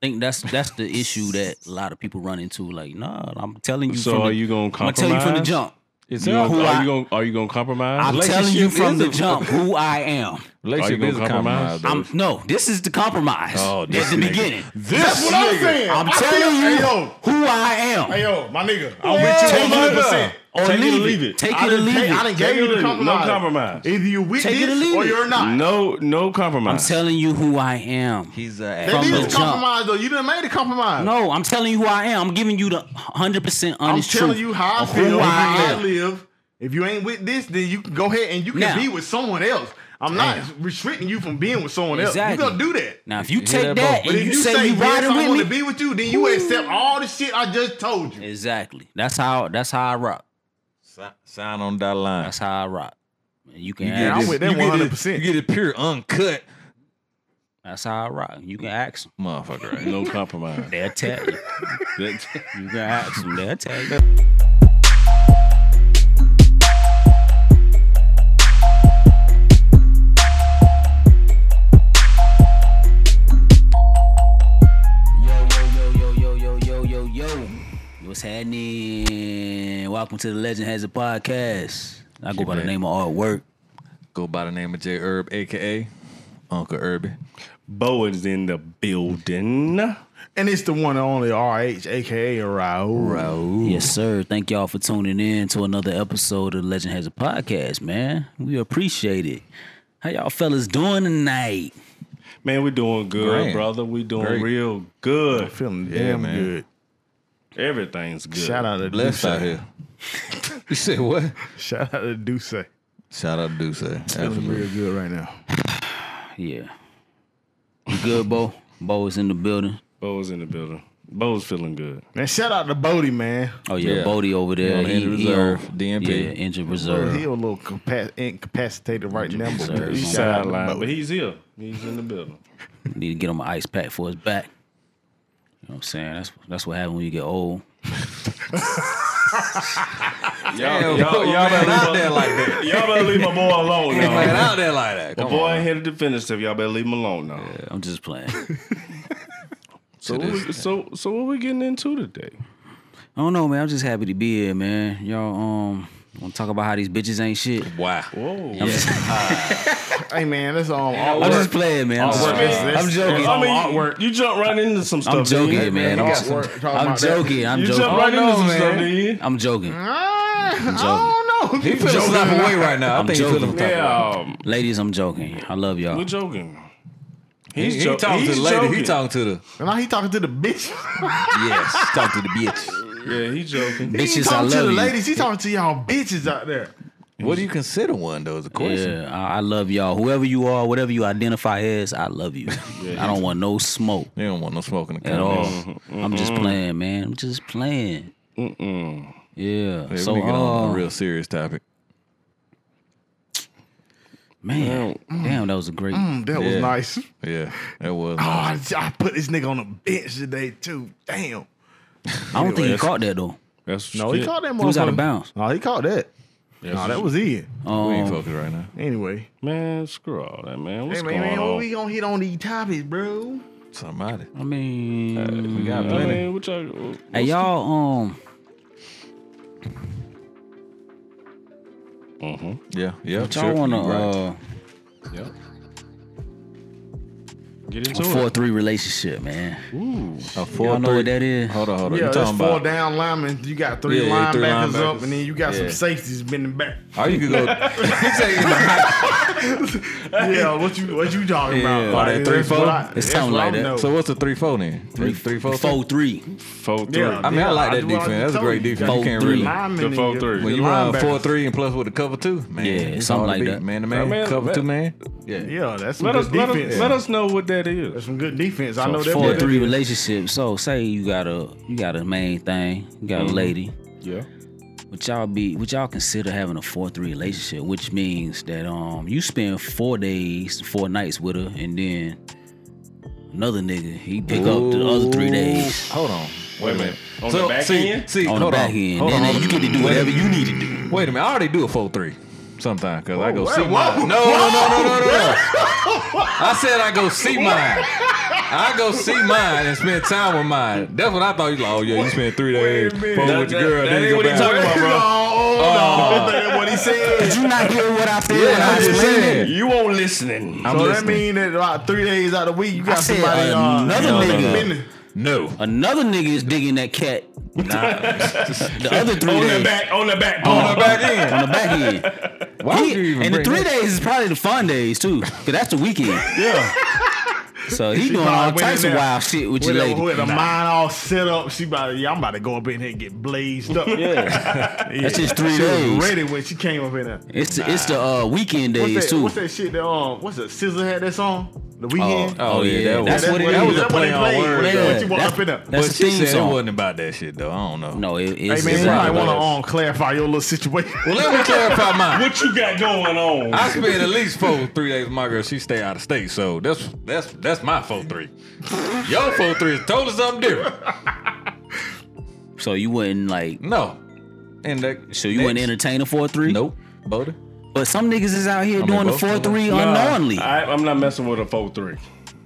think that's that's the issue that a lot of people run into. Like, nah, I'm telling you. So from are the, you gonna I'm gonna tell you from the compromise? jump. Is You that, know who are, I- you gonna, are you gonna compromise? I'm telling you Relationship from is the a- jump who I am. Are you Relationship gonna is a compromise? compromise. I'm no. This is the compromise Oh, at this the nigga. beginning. That's what I'm nigga. saying. I'm I telling feel- you Hey, yo, who I am. hey, yo, my nigga. I'm Take it with you 100%. or Take it or leave, leave it. it. Take I it or done leave take- it. I done Take gave it or you the leave it. No compromise. compromise. Either you with Take it or this leave or it. you're not. No, no I'm compromise. telling you who I am. He's uh, a That From is the a jump. compromise though. You done made a compromise. No, I'm telling you who I am. I'm giving you the 100 percent I'm honest telling truth you how I of who feel, I how I am. live. If you ain't with this, then you can go ahead and you can Now. be with someone else. I'm not restricting you from being with someone else. Exactly. You're gonna do that. Now, if you hear take that, that bro? But and if you, say you yes, riding I with want me, to be with you, then you accept all the shit I just told you. exactly. That's how. That's how I rock. si- sign on that line. That's how I rock. And you can. You ask, I'm with that you get it- 100%. You get it pure uncut, that's how I rock. You can ask them. motherfucker. Right? No compromise. They'll tell you. That- You can ask them. They'll tell you. Yo, yo, yo, yo, yo, yo, yo, yo. What's happening? Welcome to the Legend Has a Podcast. I go by the bet. name of Artwork. Go by the name of J Herb, aka Uncle Herbie. Bowen's in the building. And it's the one and only RH, aka Raul. Raul. Yes, sir. Thank y'all for tuning in to another episode of Legend Has a Podcast, man. We appreciate it. How y'all fellas doing tonight? Man, we doing good, Great. brother. We doing Great. real good. Feeling Yeah, damn man. good. Everything's good. Shout out to Blessed Duce. out here. you said what? Shout out to Duce. Shout out to Deuce. eh? Feeling Absolutely. real good right now. Yeah. You good, Bo? Bo is in the building. Bo's in the building. Bo's feeling good. Man, shout out to Bodie, man. Oh yeah, Yeah. Bodie over there. Yeah, injured reserve, on- DNP. Yeah, injured reserve. He a little compa- incapacitated right now, but sir. we- He's shout out to sidelined, but Bodie. he's here. He's in the building. Need to get him an ice pack for his back. You know what I'm saying? That's that's what happens when you get old. Damn, y'all, y'all not out there like that. Y'all better leave my boy alone Not now. out there like that. My boy ain't headed to finish if y'all better leave him alone now. I'm just playing. I So, what we, so, so what we getting into today? don't know, man. I'm just happy to be here, man. Y'all um want to talk about how these bitches ain't shit? Wow. Whoa. Hey, man, that's um, all I'm just playing, man. I'm, just, Artwork is- I'm joking. I mean, you, you jump right into some stuff. I'm joking, didn't you? man. you I'm, got work talking I'm about that. joking. I'm You joking. jump right I don't into some know, stuff, man. didn't you? I'm joking. Mm-hmm. Ah, I don't know. He feels slap away right now. I'm I think he joking. feels yeah. Yeah, um, Ladies, I'm joking. I love y'all. we're joking. He's, jo- talking to he's the lady. He joking. talking to the Now he talking to the bitch. yes. talking to the bitch. Yeah, he's joking. He ain't Bitches, I talking to love the you. ladies. He talking to y'all bitches out there. What do you consider one though? Is a question. Yeah, I, I love y'all. Whoever you are, whatever you identify as, I love you. I don't want no smoke You don't want no smoking in the at all. comments. I'm just playing, man. I'm just playing. Yeah. Yeah, so, we need to get on uh, a real serious topic. man, damn, that was a great. Mm, that was Yeah. nice. Oh, Yeah, that was. I, I put this nigga on the bench today too. Damn. I don't think he Anyways. caught that though. That's No, Oh, he caught that. He was out of motherfucker. bounds. No, he caught that. Yes. No, that was Ian. we Um, ain't focused right now. Anyway. Man, screw all that, man. What's hey man, going man, on? when we gonna hit on these topics, bro? Somebody. I mean, Uh, We got I plenty. mean, what y'all, what's hey y'all. Um, Yeah, yeah. y'all sure, wanna you right. uh, Get into a four three relationship, man? a four, Y'all know three- Oh, what that is? Hold on, hold on. Yeah, you that's talking four about? down linemen. You got three Yeah, yeah, linebackers, three up, linebackers. and then you got some Yeah. safeties bending back. Or you could go. He's taking the high- yeah, what you what you talking Yeah. about? Oh, that three, that's four? what I- It's that's something what I like that. know. so what's the three four then? Three, three, four, four. Four three. four three. Yeah. I mean, I like I that do defense. what I That's a told great you. defense. You Four, can't three. really. Linemen The and four your- three. your When you run four linebackers. three and plus with a cover two, man, Yeah, it's something hard to like beat. that. Man to man, Man, cover that- two man. Yeah, Yeah, that's some Let us, good let, us, defense. let us know what that That's is. some good defense. I know that. four that- three relationship. So say you got a you got a main thing, you got Mm-hmm. a lady. Yeah. Would y'all be would y'all consider having a four three relationship, which means that um you spend four days, four nights with her, and then another nigga, he pick up the other three days. Hold on. Wait a minute. On so the back see, end? see, On the hold back on, end. hold Then on. you get to do whatever you need to do. Wait a minute. I already do a four three sometimes because I go whoa, see mine. whoa, No, no, no, no, no, no. I said I go see mine. I go see mine and spend time with mine. That's what I thought. You like, oh yeah, you spent three Wait a days minute. fucking That- with your that- girl. that Then you ain't go what he back. talking about, no, bro. Oh, no, that ain't what he said. Did you not hear what I said Yeah, when I I'm just explained it? saying. You won't listening. I'm So that listening. mean that about three days out of the week you I got said somebody uh, another no, nigga. no, no. No. Another nigga is digging that cat. the other three on the days back, on the back, On the back on the back end. end. Why would He- you even and the bring three that- days is probably the fun days too, because that's the weekend. Yeah. So he She doing probably all went types in of there wild shit with your With a, lady. with a mind all set up, she about to, yeah, I'm about to go up in here and get blazed up. Yeah. That's just three She was days. ready when she came up in there. It's the, it's the uh, weekend What's days that, too. what's that shit that um what's that Scissor had that song? The weekend? Oh, yeah, that that's was- what it That is. was a That's what play they on played when words. they- though. when she walked That's- up in there. that's But the she theme said song. it wasn't about that shit though. I don't know. No, it, Hey it's, man, it's you might not want to about um, clarify your little situation. Well, let me clarify mine. What you got going on? I spent at least four three days with my girl. She stay out of state, so that's that's that's my four three. Your four three is totally something different. that. So you wouldn't like. No, and that So you wouldn't entertain a four three. Nope, Boda. But some niggas is out here mean, doing the both four of them. three Nah, unknowingly. I, I'm not messing with a four three.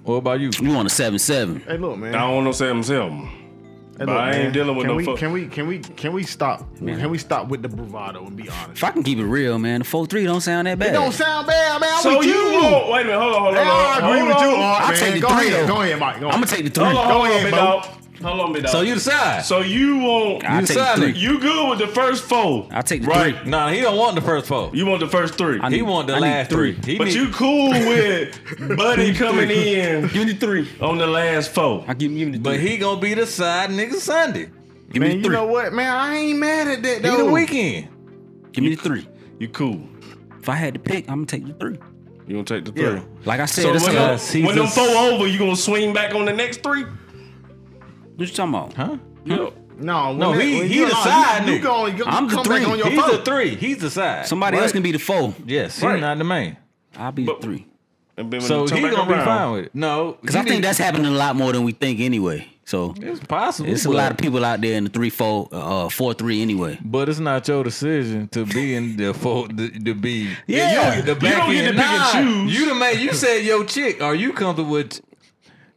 What about you? you on a seven seven? hey, look, man. I don't know Sam Sam. Hey, But I ain't man. dealing with can no we, fuck- Can we can we can we stop? Can we stop with the bravado and be honest? If I can keep it real, man, the four three don't sound that bad. It don't sound bad, man. I'm So with you you. won't wait a minute, hold on, hold Hey, on. I agree hold with you. on. Art, I'll man. take the go three, ahead, though. go ahead, Mike. Go I'm gonna ahead. take the three. Hold on, Go hold on, ahead, big Bo. dog. Hold on, big dog. So you decide. So you won't I you, take the decided. three. you good with the first four? I take the right. three. Nah, he don't want the first four. You want the first three. I He need- want the I need last three. three. He but need- you cool with Buddy coming in. Give me three. On the last four. I give, give me the but three. he gonna be the side nigga Sunday. give me Man, the you three. know what, man? I ain't mad at that He though. the weekend. give me the three. You cool. If I had to pick, I'm gonna take the three. You gonna take the three. Yeah. Like I said, So that's when, a- them, us. He's when them just- four over, you gonna swing back on the next three? what you talking about? Huh? Yeah. No, No, when he- that- when he you- the no, side You, nigga. you going to I'm come the three. back on your He's phone. the three. He's the side. Somebody else can be the four. yes, Right. he's not the main. I'll be But- the three. And then when So you turn he back gonna be around- fine with it. No, Because I think that's happening a lot more than we think anyway. So it's possible. it's a but- lot of people out there in the three four uh four three anyway. But it's not your decision to be in the full to, to be. Yeah. you, the You back don't get to end. pick and Nah, choose. You the man. You said your chick. Are you comfortable with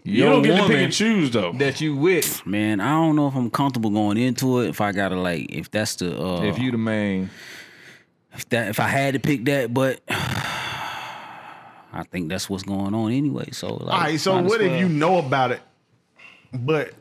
You your don't get to woman pick and choose though. that you with? Man, I don't know if I'm comfortable going into it. If I gotta like, if that's the uh, If you the main, if that if I had to pick that, but I think that's what's going on anyway. So like, All right, so might as what if well. you know about it, but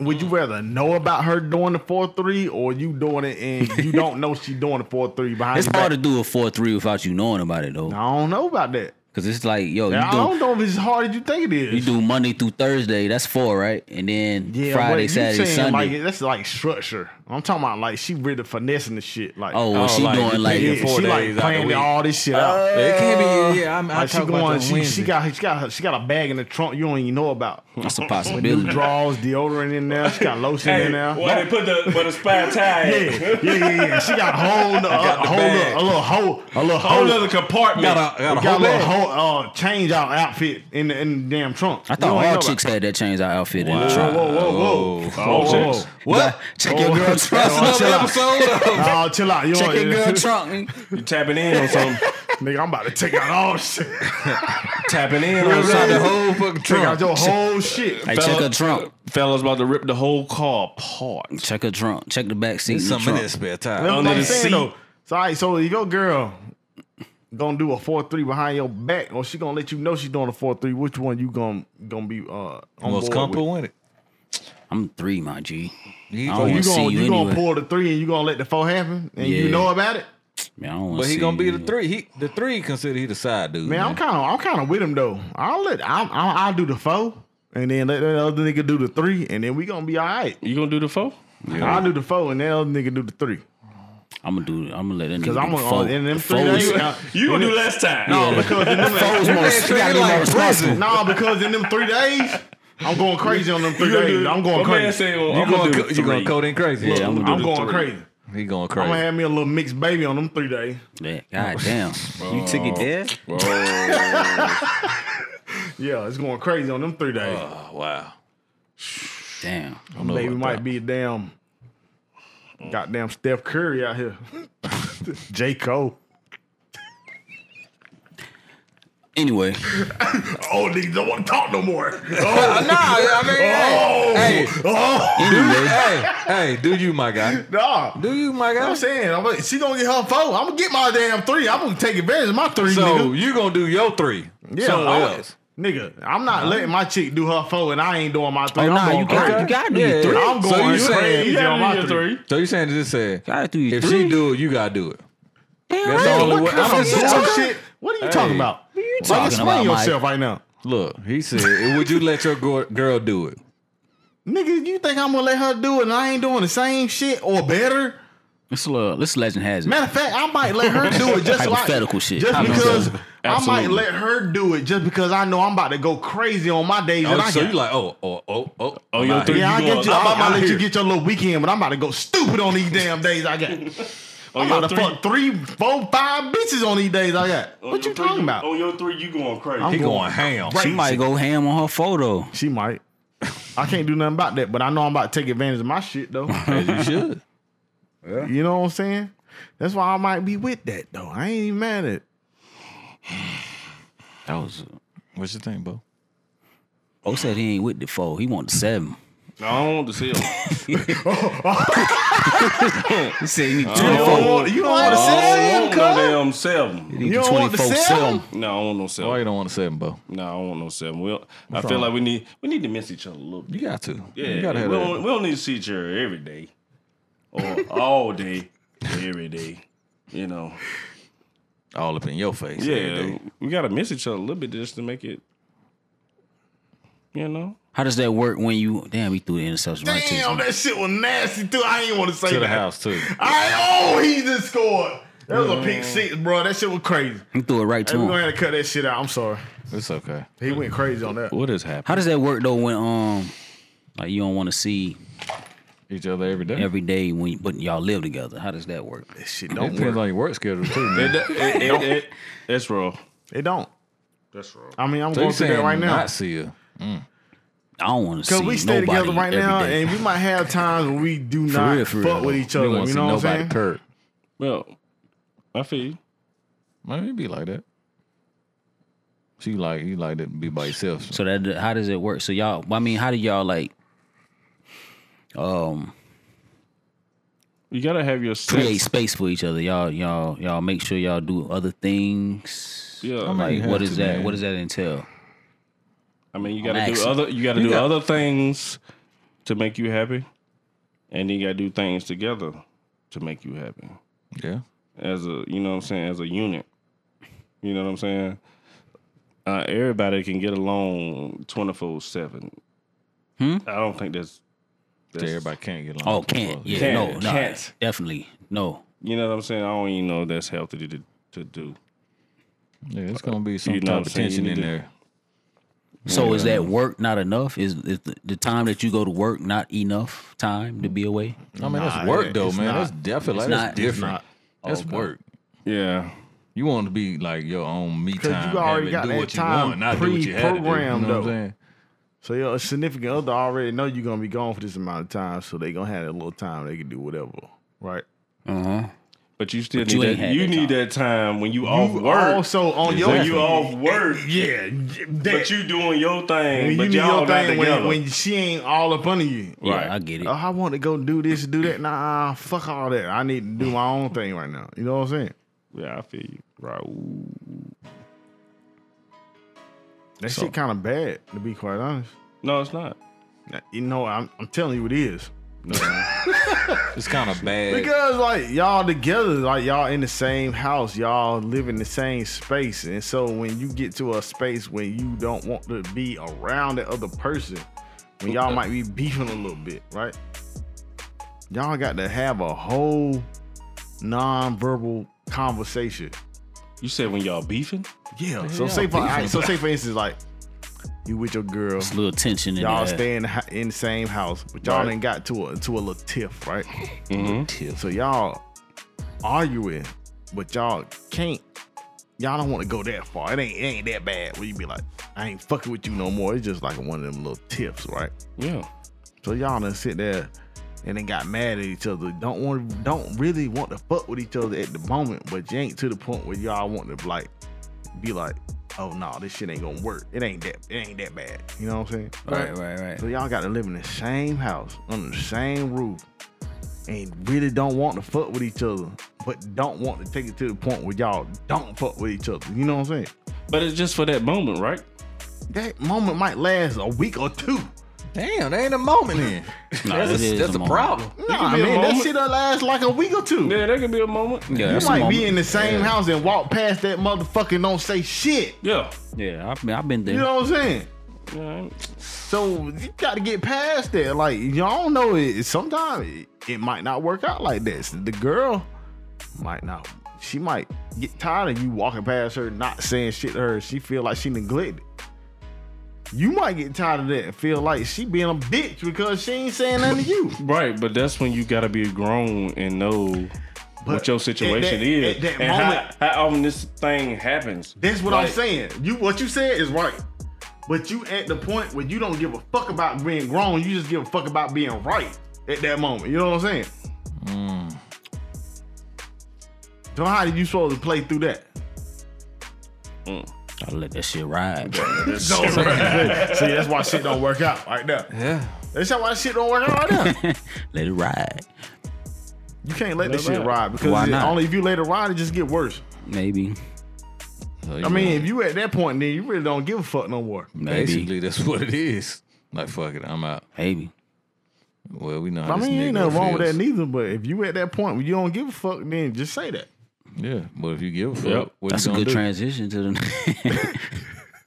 would you rather know about her doing the four three or you doing it and you don't know she doing the four three behind? It's your hard to back? do a four three without you knowing about it though, I don't know about that. because it's like yo, I you don't do know if it's as hard as you think it is. you do Monday through Thursday, that's four, right? And then Yeah, but Friday, you Saturday, saying, Sunday. Like, that's like structure. I'm talking about like she really finessing the shit. Like oh, well, Oh, she like, doing you like yeah, picking she four like days out the planning week. all this shit out. it can't be. Uh, Yeah, I'm. I Like she talk about going, the she, she Wednesday. got she got she got a bag in the trunk you don't even know about. that's a New possibility. draws, deodorant in there. She got lotion Hey, in there. why they put the where the spy tie? Yeah, at? yeah, yeah, yeah. She got a whole, uh, got the whole bag. little, a little hole, a little Whole hole, other compartment. Oh. got a got a got whole a little bag. whole uh, change out outfit in the, in the damn trunk. I You thought don't all know chicks had that change our outfit in Wow. the trunk. about- Whoa, whoa, whoa, whoa! All Whoa, whoa. chicks. What? Check your Oh, girl that's trunk. what I'm That's chill another out. episode of Oh, chill out. You Check don't- your girl trunk. You tapping in on something. Nigga, I'm about to take out all shit. tapping in on Outside the something. whole fucking Take out trunk. your whole shit. Hey, Fella- check her trunk. Fella's about to rip the whole car apart. Check her trunk. Check the back seat. in the Some in trunk. that spare time. That's what Under I'm the saying seat. though. So, all right, so you go, girl. Gonna do a four three behind your back, or she gonna let you know she doing a four three. Which one you gonna gonna be uh on Most board comfortable with? with it. I'm three, my G. He- I don't so Oh, You want to see gonna you you gonna anyway. pull the three and you gonna let the four happen, and you Yeah. know about it. Man, I don't wanna But he see gonna be you the anyway. three. He the three consider he the side dude. Man, I'm kind of I'm kind of with him though. I'll let I'm, I'll, I'll do the four, and then let that other nigga do the three, and then we gonna be all right. You gonna do the four? I'll do the four, and that other nigga do the three. I'm gonna do. I'm gonna let that nigga. Cause I'm do gonna four. in them The three four days. is- now- You gonna do last time? No, Oh, because in them, four is more- you That gotta treated be more like responsible. No, because in them three days, I'm going crazy on them three You gonna do days. the- I'm going my man crazy. said, well, You "Oh, I'm gonna going do co- the you going three. code in crazy? Yeah, I'm I'm gonna gonna, do I'm the going three. crazy. he going I'm gonna crazy. have me a little mixed baby on them three days. Yeah, God damn. You took it there? Yeah, it's going crazy on them three days. Oh, wow. Damn. Baby about might be a damn goddamn Steph Curry out here. J. Cole. Anyway, Oh, niggas don't want to talk no more. Uh, Nah, Oh, I mean, hey, hey, oh, anyway, hey, hey, do you, my guy? nah. Do you, my I'm guy? saying I'm like, she gonna get her four. I'm gonna get my damn three. I'm gonna take advantage of my three, So nigga. you gonna do your three? Yeah, somewhere I- else. nigga. I'm not letting my chick do her four, and I ain't doing my three. oh I'm nah, going you got crazy. you got to do Yeah, your three. I'm So going you saying- crazy you on my gotta do three. your three. So you saying this said, Gotta do your if three. she do it, you gotta do it. Damn That's right. all it What was. kind I'm of just- shit? shit. What are you Hey. talking about? What you talking about, Mike? yourself right now, Look, he said, would you let your go- girl do it? nigga. You think I'm gonna let her do it? and I ain't doing the same shit or better. This little this legend has it. Matter of fact, I might let her do it just like Hypothetical shit. Just because I Absolutely. might let her do it just because I know I'm about to go crazy on my days. and Oh, I so got- you like, oh, oh, oh, oh, Oh, I'm your out three- here. yeah, I you get you. going- I'm, I'm about out to let you here. get your little weekend, but I'm about to go stupid on these damn days I got. I'm your about to three- fuck three, four, five bitches on these days I got. On what your you three, Oh, talking about? On your three, you going crazy. I'm He going ham. Right. She might go ham on her photo. She might. I can't do nothing about that, but I know I'm about to take advantage of my shit though. As you should. you know what I'm saying? That's why I might be with that though. I ain't even mad at. That was. What you think, Bo? O Oh, said he ain't with the four. He want the seven. No, I don't want to see him. He said he need the twenty You don't four. want, Oh, you don't want to Oh, sit I there, don't want cuz? no damn seven. He need you the don't want twenty the four seven? seven. No, I don't want no seven. Why you don't want to say him, Bo? No, I don't want no seven. We don't- I feel like we need we need to miss each other a little bit. You got to. Yeah, You gotta have we, that. don't, we don't need to see each other every day or all day, every day. You know, all up in your face. every yeah, day. we gotta miss each other a little bit just to make it. You know, How does that work when you? Damn, he threw the interception right to Damn, you. that shit was nasty too. I ain't want to say To the that. house too. I oh, he just scored. That was a pink six, bro. That shit was crazy. He threw it right Hey, to we him. gonna have to cut that shit out. I'm sorry. It's okay. He went crazy on that. What is happening? How does that work though? When um, like you don't want to see Each other every day. every day when you, but y'all live together. How does that work? That shit it don't depends work. on your work schedule too. It- Man. it- it- eh. it- that's wrong. It don't. That's wrong. I mean, I'm So you going through that saying right now. Not see her. I don't want to see Cause we stay nobody together right every now, day. and we might have times when we do not real, for fuck real. with each You other. don't You, want to see know what I'm nobody saying? curb. Well, I feel you. Man, it be like that. So you like you like to be by yourself. So that how does it work? So y'all, I mean, how do y'all like um You gotta have your create sense. space for each other? Y'all, y'all, y'all make sure y'all do other things. Yeah, I mean, Like, you what have is to, that? man. What does that entail? I mean, you I'm gotta do asking. other. You gotta do got- other things to make you happy, and then you gotta do things together to make you happy. Yeah. as a you know what I'm saying as a unit. You know what I'm saying. Uh, everybody can get along twenty four seven. Hmm? I don't think that's, So that's everybody can't get along. Oh, can't. Yeah, Can't, no, no, can't. definitely no. You know what I'm saying. I don't even know if that's healthy to to do. Yeah, it's gonna be some You know what type I'm saying? You of tension need in to- there. So is that work not enough? Is, is the, the time that you go to work not enough time to be away? I mean, Nah, that's work it- though, it's man. not. That's definitely like, It's that's not. different. It's That's Okay. work. Yeah, You want to be like your own me time. you have it, already got do that what you time want, not do what you had to do. You know pre-programmed, what I'm though. saying? So your significant other already know you're gonna be gone for this amount of time, so they gonna have a little time they can do whatever, right? Uh huh. but you still But need you ain't that. had You that need time. that time when you, off You work. Also on When Exactly. you off work, your yeah, but you doing your thing, you but do y'all your not thing together. when, when she ain't all up under you. Yeah, Right. I get it. Oh, I want to go do this, do that. Nah, fuck all that. I need to do my own thing right now. You know what I'm saying? yeah, I feel you. Right. Ooh. That shit kind of bad, to be quite honest. No, it's not. Now, You know, I'm, I'm telling you, it is It's kind of bad. because like y'all together, like y'all in the same house, y'all live in the same space, and so when you get to a space when you don't want to be around the other person, when y'all might be beefing a little bit, right? Y'all got to have a whole non-verbal conversation. You said when y'all beefing. Yeah. So Yeah, say for beefing. I, so say for instance, like you with your girl, It's a little tension in y'all there. stay in the, hou- in the same house, but y'all all Right. done got to a to a little tiff, right? Mm-hmm. So y'all arguing, but y'all can't. Y'all don't want to go that far. It ain't it ain't that bad. Where you be like, I ain't fucking with you no more. It's just like one of them little tiffs, right? Yeah. So y'all done sit there and then got mad at each other. Don't want don't really want to fuck with each other at the moment, but you ain't to the point where y'all want to like be like, oh no, this shit ain't gonna work. It ain't that it ain't that bad. You know what I'm saying? Right, right, right. So y'all gotta live in the same house, under the same roof, and really don't want to fuck with each other, but don't want to take it to the point where y'all don't fuck with each other. You know what I'm saying? But it's just for that moment, right? That moment might last a week or two. Damn, that ain't a moment in. Nah, it that's a, is that's a a moment. problem. No, can I be a mean that moment. shit'll last like a week or two. Yeah, that could be a moment. Yeah, You that's a might be moment. in the same house and walk past that motherfucker and don't say shit. Yeah. Yeah, I've been, I've been there. You know what I'm saying? Yeah, I- So you got to get past that. Like y'all don't know it. Sometimes it, it might not work out like this. The girl might not. She might get tired of you walking past her, not saying shit to her. She feel like she neglected. You might get tired of that and feel like she being a bitch because she ain't saying nothing to you. Right, but that's when you gotta be grown and know But what your situation at that- is at that and moment- how, how often this thing happens. That's what I'm Like, saying. You what you said is right. But you at the point where you don't give a fuck about being grown, you just give a fuck about being right at that moment. You know what I'm saying? Hmm. So how do you supposed to play through that? I let that shit ride. See, that's why shit don't work out right now. Yeah. That's why shit don't work out right now. let it ride. You can't let this shit ride. ride because Why it- not? only if you let it ride, it just get worse. Maybe, I mean, if you at that point, then you really don't give a fuck no more. maybe, basically, that's what it is. Like, fuck it, I'm out. maybe. Well, we know how I this mean, ain't nigga nothing wrong with that feels. neither. But if you at that point where you don't give a fuck, then just say that. Yeah, but if you give a fuck, Yep. what That's you a gonna good do? transition to the.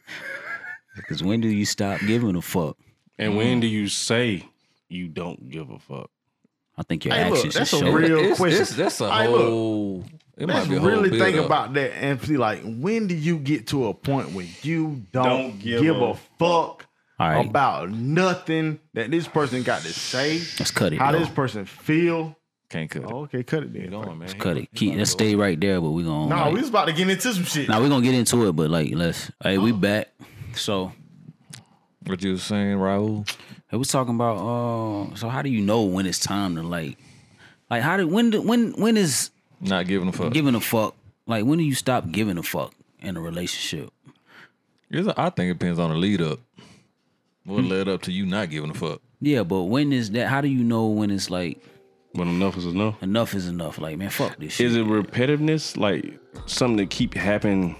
Because when do you stop giving a fuck? And when do you say you don't give a fuck? I think your Hey, look, actions that's should a show it. real It's- question. it's- that's a Hey, look, whole. it might Let's be a whole really think build-up. about that and see, like, when do you get to a point where you don't, Don't give, give a, a fuck All right. about nothing that this person got to say, Let's cut it. how though. this person feel? Can't cut it. Oh, okay, cut it Keep then. going, man. Cut it. Keep, let's stay right there, but we're going to. Nah, we was about to get into some shit. Now we're gonna get into it, but like let's hey, Oh. we back. So What you was saying, Raul? it was talking about uh so how do you know when it's time to like like how do when do, when when is Not giving a fuck. giving a fuck like when do you stop giving a fuck in a relationship? It's a- I think it depends on the lead up. What Hmm. led up to you not giving a fuck? Yeah, but when is that how do you know when it's like When enough is enough. enough is enough? Like man, fuck this shit. Is it repetitiveness, like something that keep happening?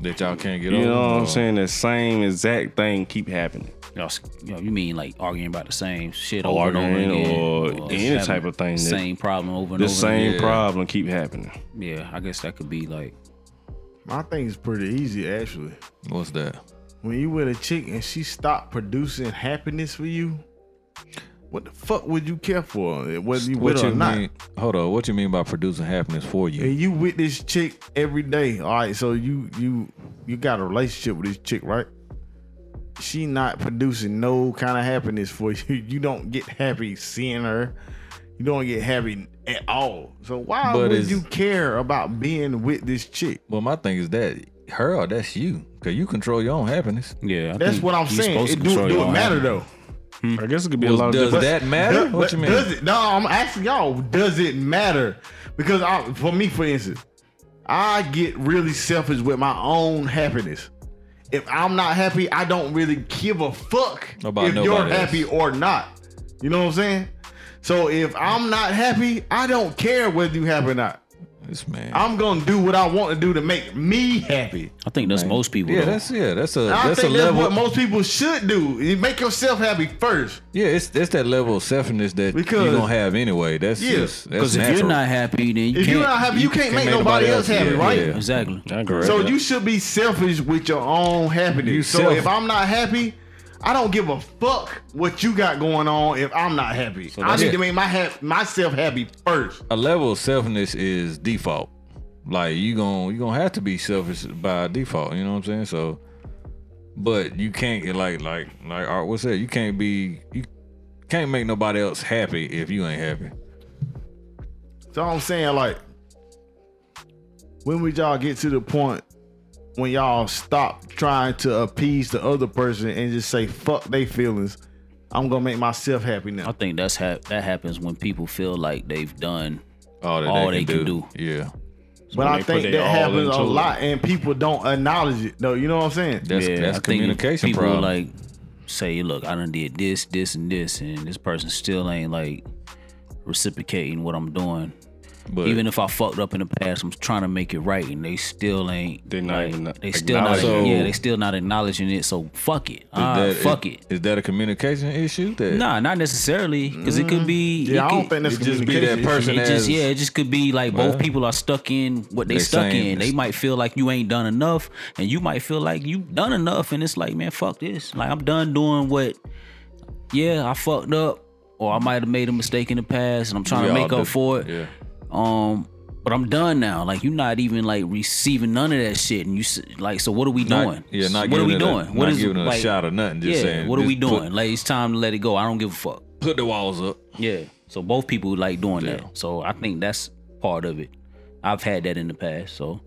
That y'all can't get You over. know what I'm or- saying? The same exact thing keep happening, Y'all s- you, know, you mean like arguing about the same shit Or over and over Oh, arguing again, or any having type of thing that- Same problem over and the over. same again. yeah. problem keep happening. Yeah, I guess that could be like My thing's pretty easy, actually. What's that? When you with a chick and she stopped producing happiness for you, what the fuck would you care for? Whether you with What her or you not. mean? Hold on. What you mean by producing happiness for you? and you with this chick every day. All right, so you you you got a relationship with this chick, right? She not producing no kind of happiness for you. You don't get happy seeing her. You don't get happy at all. So why But would it's- you care about being with this chick? Well, my thing is that her or that's you, cause you control your own happiness. yeah. I That's think what I'm you're saying. supposed It to do, control do your it own matter happiness. though. I guess it could be a Well, lot of does different. that matter? Does- what you mean? Does it? No, I'm asking y'all. Does it matter? Because I, for me, for instance, I get really selfish with my own happiness. If I'm not happy, I don't really give a fuck About if you're nobody else. happy or not. You know what I'm saying? So if I'm not happy, I don't care whether you happy or not. This man. I'm gonna do what I want to do to make me happy. I think that's most people. yeah, though. that's yeah, that's a I that's a think that's level. what most people should do. You Make yourself happy first. yeah, it's that's that level of selfishness that Because- you're gonna have anyway. That's Yeah, just that's Because if you're natural. not happy, then you If can't. you're not happy, you, can't, make, nobody else happy, yeah, right? yeah. Exactly. So you should be selfish with your own happiness. You so selfish. if I'm not happy, I don't give a fuck what you got going on if I'm not happy. I that's need it. to make my hap- myself happy first. a level of selfishness is default. Like you gon' you gonna have to be selfish by default. You know what I'm saying? So, but you can't get like like like Art was said. You can't be you can't make nobody else happy if you ain't happy. So I'm saying like when would y'all get to the point when y'all stop trying to appease the other person and just say fuck they feelings? I'm gonna make myself happy I now. think that's hap that happens when people feel like they've done. All that All they, they can, can do. Yeah, But when I they think put that their all happens a into it. lot, and people don't acknowledge it. Though you know what I'm saying? That's Yeah, that's I think if communication people problem. like say, look, I done did this, this, and this, and this person still ain't like reciprocating what I'm doing. but Even if I fucked up in the past, I'm trying to make it right, and they still ain't. They not even they still not. acknowledging it. yeah, they still not acknowledging it. So fuck it. Ah, that- fuck it. Is that a communication issue? That Nah, not necessarily, because it could be. Mm-hmm. Yeah, it I don't could- think that's it just be communication that issue. person It as just yeah, it just could be like both Well, people are stuck in what they, they stuck saying in. They this- might feel like you ain't done enough, and you might feel like you done enough, and it's like man, fuck this. Like I'm done doing what. Yeah, I fucked up, or I might have made a mistake in the past, and I'm trying we to all make up do- for it. Yeah. Um, but I'm done now. Like you're not even like receiving none of that shit, and you s- like, so what are we Not- doing? yeah, not what are giving we it a- doing? What not is- giving it a like, shot or nothing, just yeah, saying, what are we just put- doing? like it's time to let it go. I don't give a fuck. Put the walls up. Yeah. So both people like doing Yeah. that. So I think that's part of it. I've had that in the past. So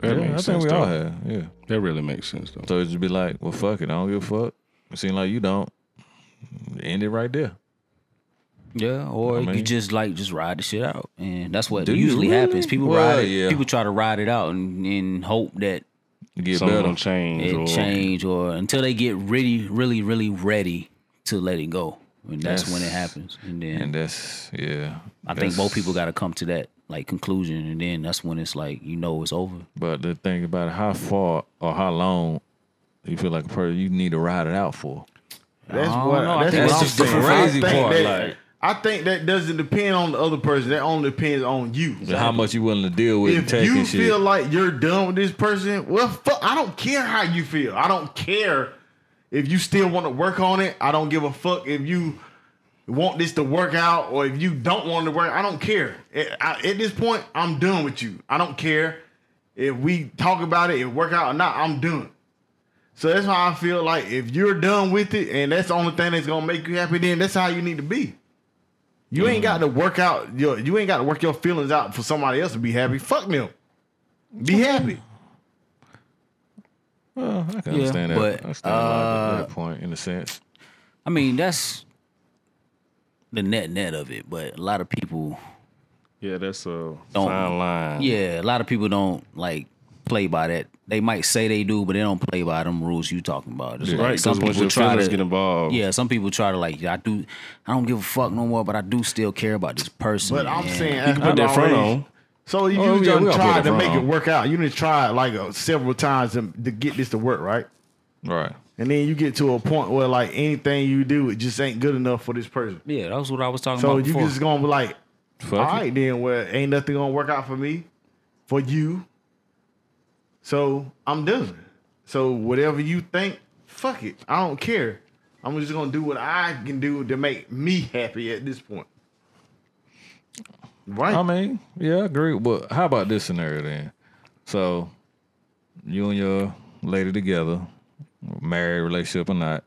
That yeah, I makes think sense. we though. all have. Yeah. That really makes sense though. So it just be like, well, fuck it. I don't give a fuck. It seems like you don't. End it right there. yeah, or I you mean- just like just ride the shit out, and that's what Do you usually really? happens. People Well, ride it. yeah. People try to ride it out and, and hope that You get Something better. gonna change it or change or until they get really, really, really ready to let it go, and that's when it Yes. happens. And then And that's yeah. I think that's- both people got to come to that like conclusion, and then that's when it's like you know it's over. But the thing about it, how far or how long you feel like a person you need to ride it out for. That's I what. don't know. I That's, think what I'm that's just the saying. crazy I think part, That, like- I think that doesn't depend on the other person. That only depends on you. And How much you willing to deal with and if take you and shit. feel like you're done with this person, well, fuck. I don't care how you feel. I don't care if you still want to work on it. I don't give a fuck if you want this to work out or if you don't want it to work. I don't care. At- I- at this point, I'm done with you. I don't care if we talk about it, if it work out or not. I'm done. So that's how I feel like if you're done with it and that's the only thing that's gonna make you happy, then that's how you need to be. You ain't got to work out your you ain't got to work your feelings out for somebody else to be happy. Fuck them. Be happy. well, I can understand that. but, I understand uh, that point in a sense. I mean, that's the net net of it, but a lot of people, Yeah, that's a Don't- fine line. yeah, a lot of people don't like play by that. They might say they do, but they don't play by them rules you talking about. It's like right. Because some once people your try feelings to get involved, yeah, some people try to like I do, I don't give a fuck no more, but I do still care about this person. But I'm and- saying you can put that front on. So you Oh, yeah, done we gotta put tried the to front make it on. work out. You done tried like uh, several times to, to get this to work, right? Right. And then you get to a point where like anything you do, it just ain't good enough for this person. yeah, that was what I was talking So about you before. just gonna be like, Fuck All right, then. Well, ain't nothing gonna work out for me, for you. So I'm done. So whatever you think, fuck it. I don't care. I'm just gonna do what I can do to make me happy at this point. Right. I mean, yeah, I agree. But how about this scenario then? So, you and your lady together, married relationship or not,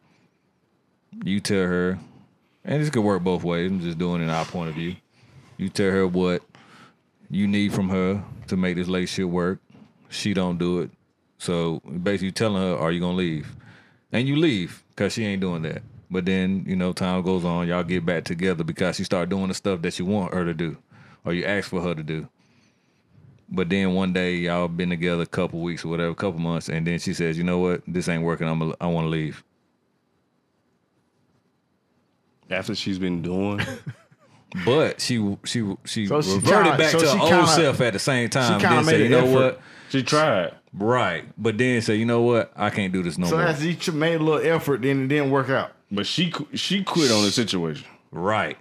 you tell her, and this could work both ways. I'm just doing it in our point of view. You tell her what you need from her to make this relationship work. She don't do it. So basically, you telling her, "Are you gonna leave?" And you leave because she ain't doing that. But then you know, time goes on. Y'all get back together because she start doing the stuff that you want her to do, or you ask for her to do. But then one day y'all been together a couple weeks or whatever, couple months, and then she says, "You know what? This ain't working. I'm a, I want to leave." after she's been doing, But she she she So she reverted kinda- back so to she her kinda- old self at the same time. she kinda Then made say, "You an know effort. what?" she tried. Right. But then say, "You know what? I can't do this no so more." as each made a little effort, then it didn't work out. But she qu- she quit on the situation. Right.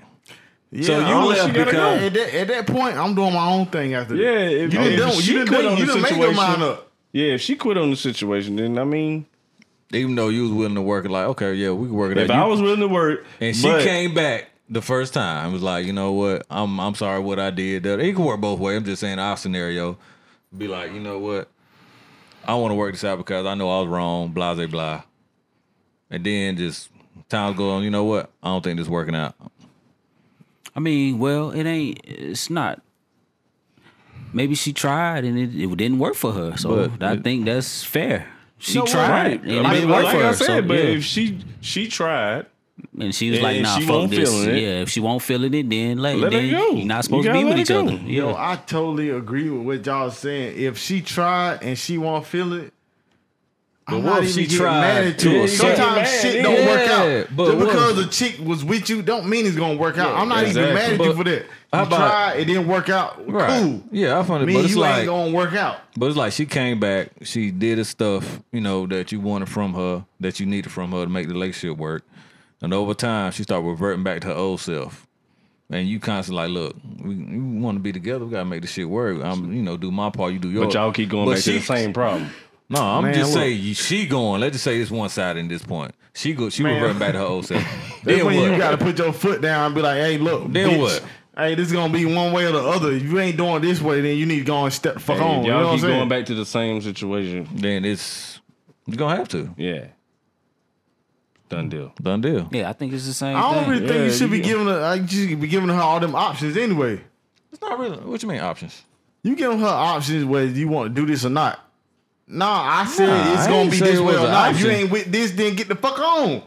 Yeah, So you all left she gotta because- go. at that, at that point, I'm doing my own thing after. that. Yeah, if- you done if done. she You done, quit on done, you the done made your situation- mind up. Yeah, if she quit on the situation, then I mean, Even though you was willing to work, it, like, okay, yeah, we can work it if out. You- I was willing to work, and she but came back the first time and was like, you know what? I'm I'm sorry what I did. That- It could work both ways. I'm just saying our scenario. Be like, you know what? I want to work this out because I know I was wrong, blah, blah, blah. And then just time go on, you know what? I don't think this working out. I mean, well, it ain't. It's not. Maybe she tried and it, it didn't work for her. So But I it- think that's fair. She No, tried right. and it Like, didn't work like for I her. said, so, but yeah. if she she tried And she was And like, if nah, she fuck won't this. feel it- yeah, if she won't feel it, then like Let her then go. you're You not supposed to gotta be let with her each go. other. Yeah. Yo, I totally agree with what y'all saying. If she tried and she won't feel it, But I'm what not if she even getting tried mad at to you. accept it? Sometimes Yeah, shit man, don't yeah. work out. But Just what because if- the chick was with you, don't mean it's gonna work out. I'm not even mad at exactly. you But for that. You how about- tried, it didn't work out. Right. Cool. Yeah, I find it. Me but and it's you like, ain't gonna work out. But it's like she came back, she did the stuff, you know, that you wanted from her, that you needed from her to make the relationship work. And over time, she started reverting back to her old self. And you constantly like, look, we, we want to be together. We gotta make this shit work. I'm, you know, do my part, you do yours. But y'all keep going But back to she- the same problem. No, I'm Man, just look. saying you- she going. Let's just say it's one side in this point. She go, she Man. reverting back to her old self. That's then when what? you gotta put your foot down and be like, hey, look, Then bitch, what? Hey, this is gonna be one way or the other. If you ain't doing this way, then you need to go and step the fuck Hey, on. if you know what y'all I'm keep saying? going back to the same situation. then it's you gonna have to. Yeah. Done deal. Done deal. Yeah, I think it's the same I don't thing. really think Yeah, you should be you- giving her. I should be giving her all them options anyway. It's not really. What you mean options? You giving her options whether you want to do this or not. Nah, I said Nah, it's I gonna ain't be say this it way was or an not. If you option. ain't with this, then get the fuck on.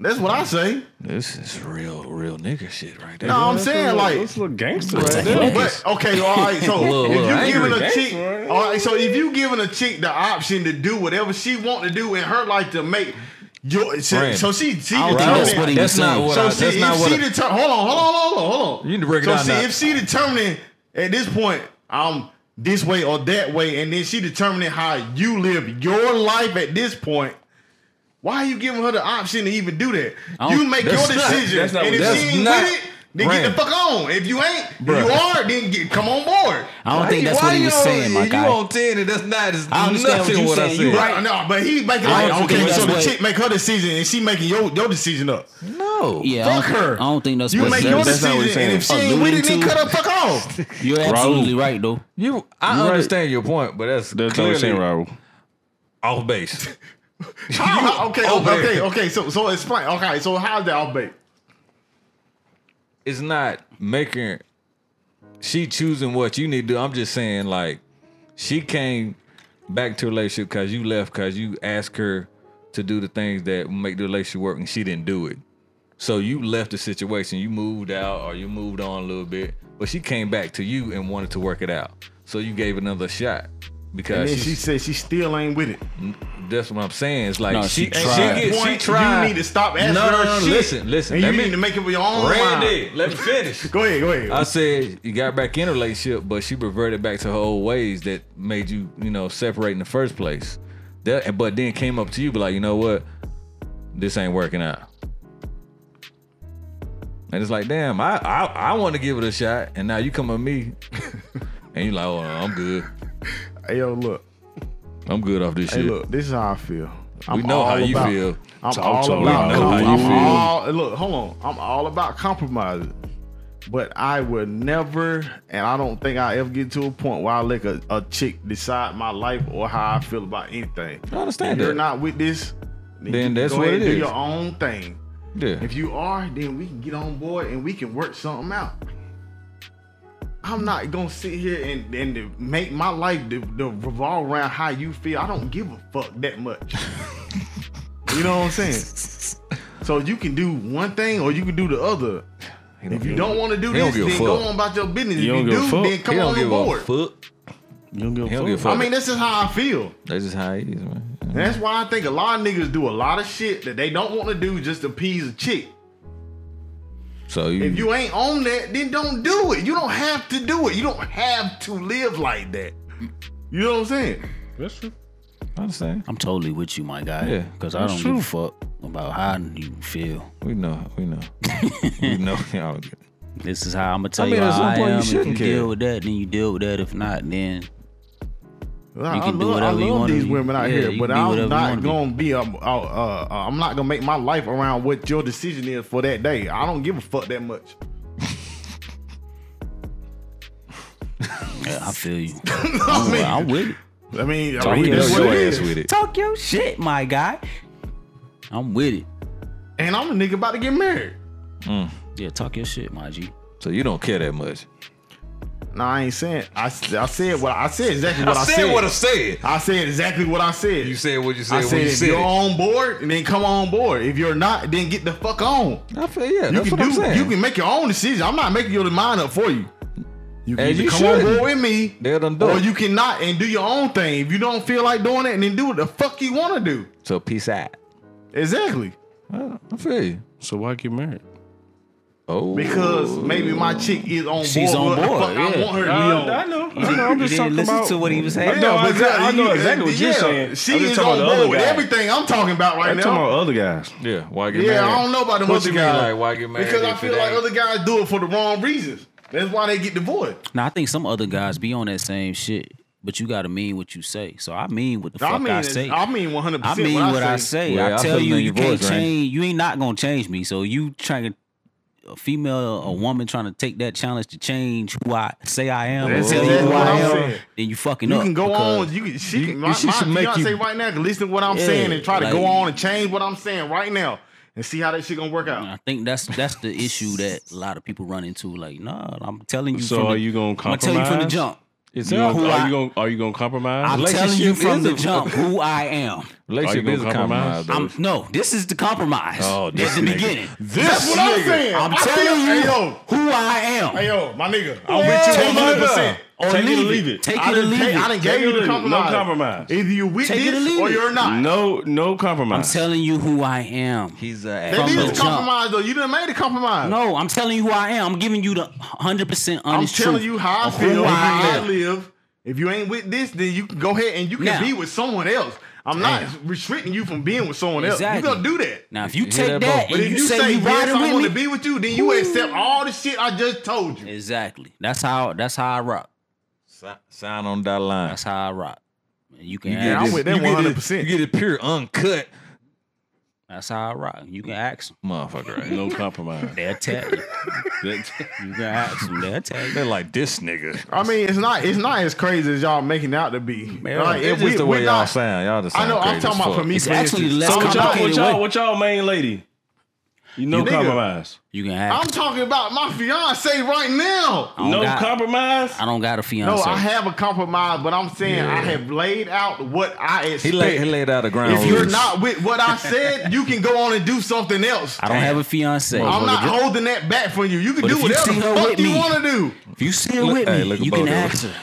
That's what I say. This is real, real nigga shit right there. No, I'm saying like, this little gangster right there. but okay, all right. So Look, look, I if ain't you giving really a chick, gangster, right? all right. So if you giving a chick the option to do whatever she want to do in her life to make your, so, Brandon, so she she I don't think determined- that's what he was That's not saying. what So I. see, That's not if what. she I- deter- hold on, hold on, hold on, hold on. You need to break it so down see, now. if she determining at this point, I'm this way or that way, and then she determining how you live your life at this point. Why are you giving her the option to even do that? I don't- You make your That's not- decision, that's not and what- if that's she ain't not- with it, then get Brandon. the fuck on. If you ain't, if Bruh. you are, then get come on board. I don't think that's what he was saying, my guy. You on ten and that's not. It's I understand nothing what you what, I saying. said. You right. Right. No, but he making I like don't okay, think so that's the what- chick make her decision, and she making your your decision up. No. Yeah, I Fuck don't- her. I don't think that's You what make he your was that's not what decision, and if he's she saying. ain't with it, then Alluding cut to- her fuck off. You're absolutely right though. You. I right. understand your point, but that's, That's what I'm saying, clearly Raul. off base. How- how- okay, over okay, okay, there. So, so explain. Okay, so how's that all bait? It's not making. She choosing what you need to do. I'm just saying, like, she came back to a relationship because you left because you asked her to do the things that make the relationship work, and she didn't do it. So you left the situation, you moved out or you moved on a little bit, but she came back to you and wanted to work it out. So you gave another shot And because then she- she said she still ain't with it. that's what I'm saying. It's like No, she she she, tried. get- she Point, tried. You need to stop asking no, her no, no, shit. Listen, listen. And you let me- need to make it with your own Randy, mind. let me finish. Go ahead, go ahead. I said you got back in a relationship, but she reverted back to her old ways that made you, you know, separate in the first place. That, but then came up to you, be like, you know what, this ain't working out. And it's like, damn, I I, I want to give it a shot, and now you come at me, and you like, oh, no, I'm good, hey, yo, look. I'm good off this Hey, shit. look. This is how I feel. we know how you feel. I'm Talk all to her. about. We know I'm, how you feel. all- look, hold on. I'm all about compromising, but I would never, and I don't think I ever get to a point where I let a, a chick decide my life or how I feel about anything. I understand If that. you're not with this, then, Then you that's go what ahead it and Do is. your own thing. Yeah. If you are, then we can get on board and we can work something out. I'm not gonna sit here and, and to make my life to, to revolve around how you feel. I don't give a fuck that much. you know what I'm saying? So you can do one thing or you can do the other. If you don't want to do He don't this, give a then go fuck. on about your business. You if don't you give a do, fuck. then come he don't on give board. a fuck. You don't give a He don't fuck. give a fuck. I mean, this is how I feel. That's just how it is, man. And that's why I think a lot of niggas do a lot of shit that they don't want to do just to appease a chick. So you, If you ain't on that, then don't do it. You don't have to do it. You don't have to live like that. You know what I'm saying? That's true. I understand. I'm totally with you, my guy. Yeah, because I don't give a fuck about how you feel. We know. We know. we know. Y'all get it. This is how I'm gonna tell mean, you at how some I point you am. if you shouldn't care. deal with that, then you deal with that. If not, then I, can do love, I whatever you love wanna these be. women out Yeah, you here, but can be whatever I'm you wanna not be. gonna be. um, uh, uh, uh, I'm not gonna make my life around what your decision is for that day. I don't give a fuck that much. yeah, I feel you. I mean, I'm with it. I mean, I Talk mean your that's what shit it is. with it. Talk your shit, my guy. I'm with it. And I'm a nigga about to get married. Yeah, talk your shit, my G. So you don't care that much. No, I ain't saying. I, s- I said what I said exactly what I, I said, what I said. I said exactly what I said. You said what you said. I when said you if said you're it. on board, then come on board. If you're not, then get the fuck on. I feel yeah. You that's can what I'm do. saying. You can make your own decision. I'm not making your mind up for you. You can And either you come shouldn't. on board with me, They'll done do or it. you cannot and do your own thing. If you don't feel like doing it, then do what the fuck you want to do. so peace out. Exactly. Well, I feel you. So why get married? Oh, Because maybe my chick is on She's on board. with what board, the fuck I yeah. want her to be on. know. Uh, I know. I'm You just didn't talking listen about. to what he was saying. No, I but exactly- yeah, I know you- exactly what you're yeah, saying. She I'm just is talking on about the other board with guy. everything I'm talking about right I'm talking now. about other guys. yeah, why get Yeah, married? I don't know about the What other you mean, guys. like, why get married Because I if feel it like ain't- other guys do it for the wrong reasons. That's why they get divorced. Now I think some other guys be on that same shit, but you gotta mean what you say. So I mean what the fuck I mean, I it's- say. I mean 100. I mean what I say. Yeah, I I tell feel it you, in you your can't voice, Randy. change. You ain't not gonna change me. So you trying to, a female, Mm-hmm. a woman trying to take that challenge to change who I say I am, or That's tell you exactly who what I I'm am, saying. then you fucking You up. can go because- on. You can. She You- can. My, she should my make fiance you- right now can listen to what I'm Yeah, saying and try to go like- on and change what I'm saying right now and see how that shit gonna work out. I think that's that's the issue that a lot of people run into. Like, nah, I'm telling you. So from are the, you gonna I'm tell you from the compromise? jump. Is You know who are I- you gonna are you gonna compromise? I'm telling you Relationship from is the a- jump who I am. Relationship Are you is a gonna compromise. compromise? I'm though. no. This is the compromise. Oh, at this the nigga. beginning. That's what I'm saying. I'm I telling feel- you Hey yo, who I am. hey yo, my nigga, I'm with you Take it or 100. percent Or Take it or leave leave it. it. Take I it or done, leave take, I it. done gave you the Take it or leave it. No compromise. compromise. Either you with Take it or this leave or it. you're not. No, no I'm compromise. telling you who I am. He's uh, That a. from is the a jump. compromise though. You done made a compromise. No, I'm telling you who I am. I'm giving you the 100% honest I'm telling truth you how I of who feel, I how I am. live. If you ain't with this, then you can go ahead and you can Now- be with someone else. I'm not restricting you from being with someone else. Exactly. You're gonna do that. Now, if you hear take that, that, bro? But and if you, you, say say you yes, I riding want with to me, be with you, then you accept all the shit I just told you. exactly. That's how. That's how I rock. Sign on that line. That's how I rock. And You can. You ask, get I'm this- with that you get this- 100%. You get it pure uncut, That's how I rock. You can ask them. motherfucker. Right? No compromise. They'll tell you. You can ask them. They'll tell you. They're like this nigga. I mean, it's not it's not as crazy as y'all making out to be. like, it's if just we, the way we're y'all not, sound. Y'all just I sound know. I'm crazy talking as about fuck. for me. It's for instance, actually less so what y'all, what complicated y'all, way. what y'all main lady? You no Nigga. compromise. You can I'm ask. talking about my fiance right now. I don't No got- compromise. I don't got a No, fiance. I have a compromise, but I'm saying I have laid out what I expect. He laid, he laid out the ground. if you're rules. not with what I said, you can go on and do something else. I don't have a fiance. I'm not If holding that back from you. You can But do if you whatever see the her fuck with you me- want to do. you still Look- with hey, me, look you above can that. ask her,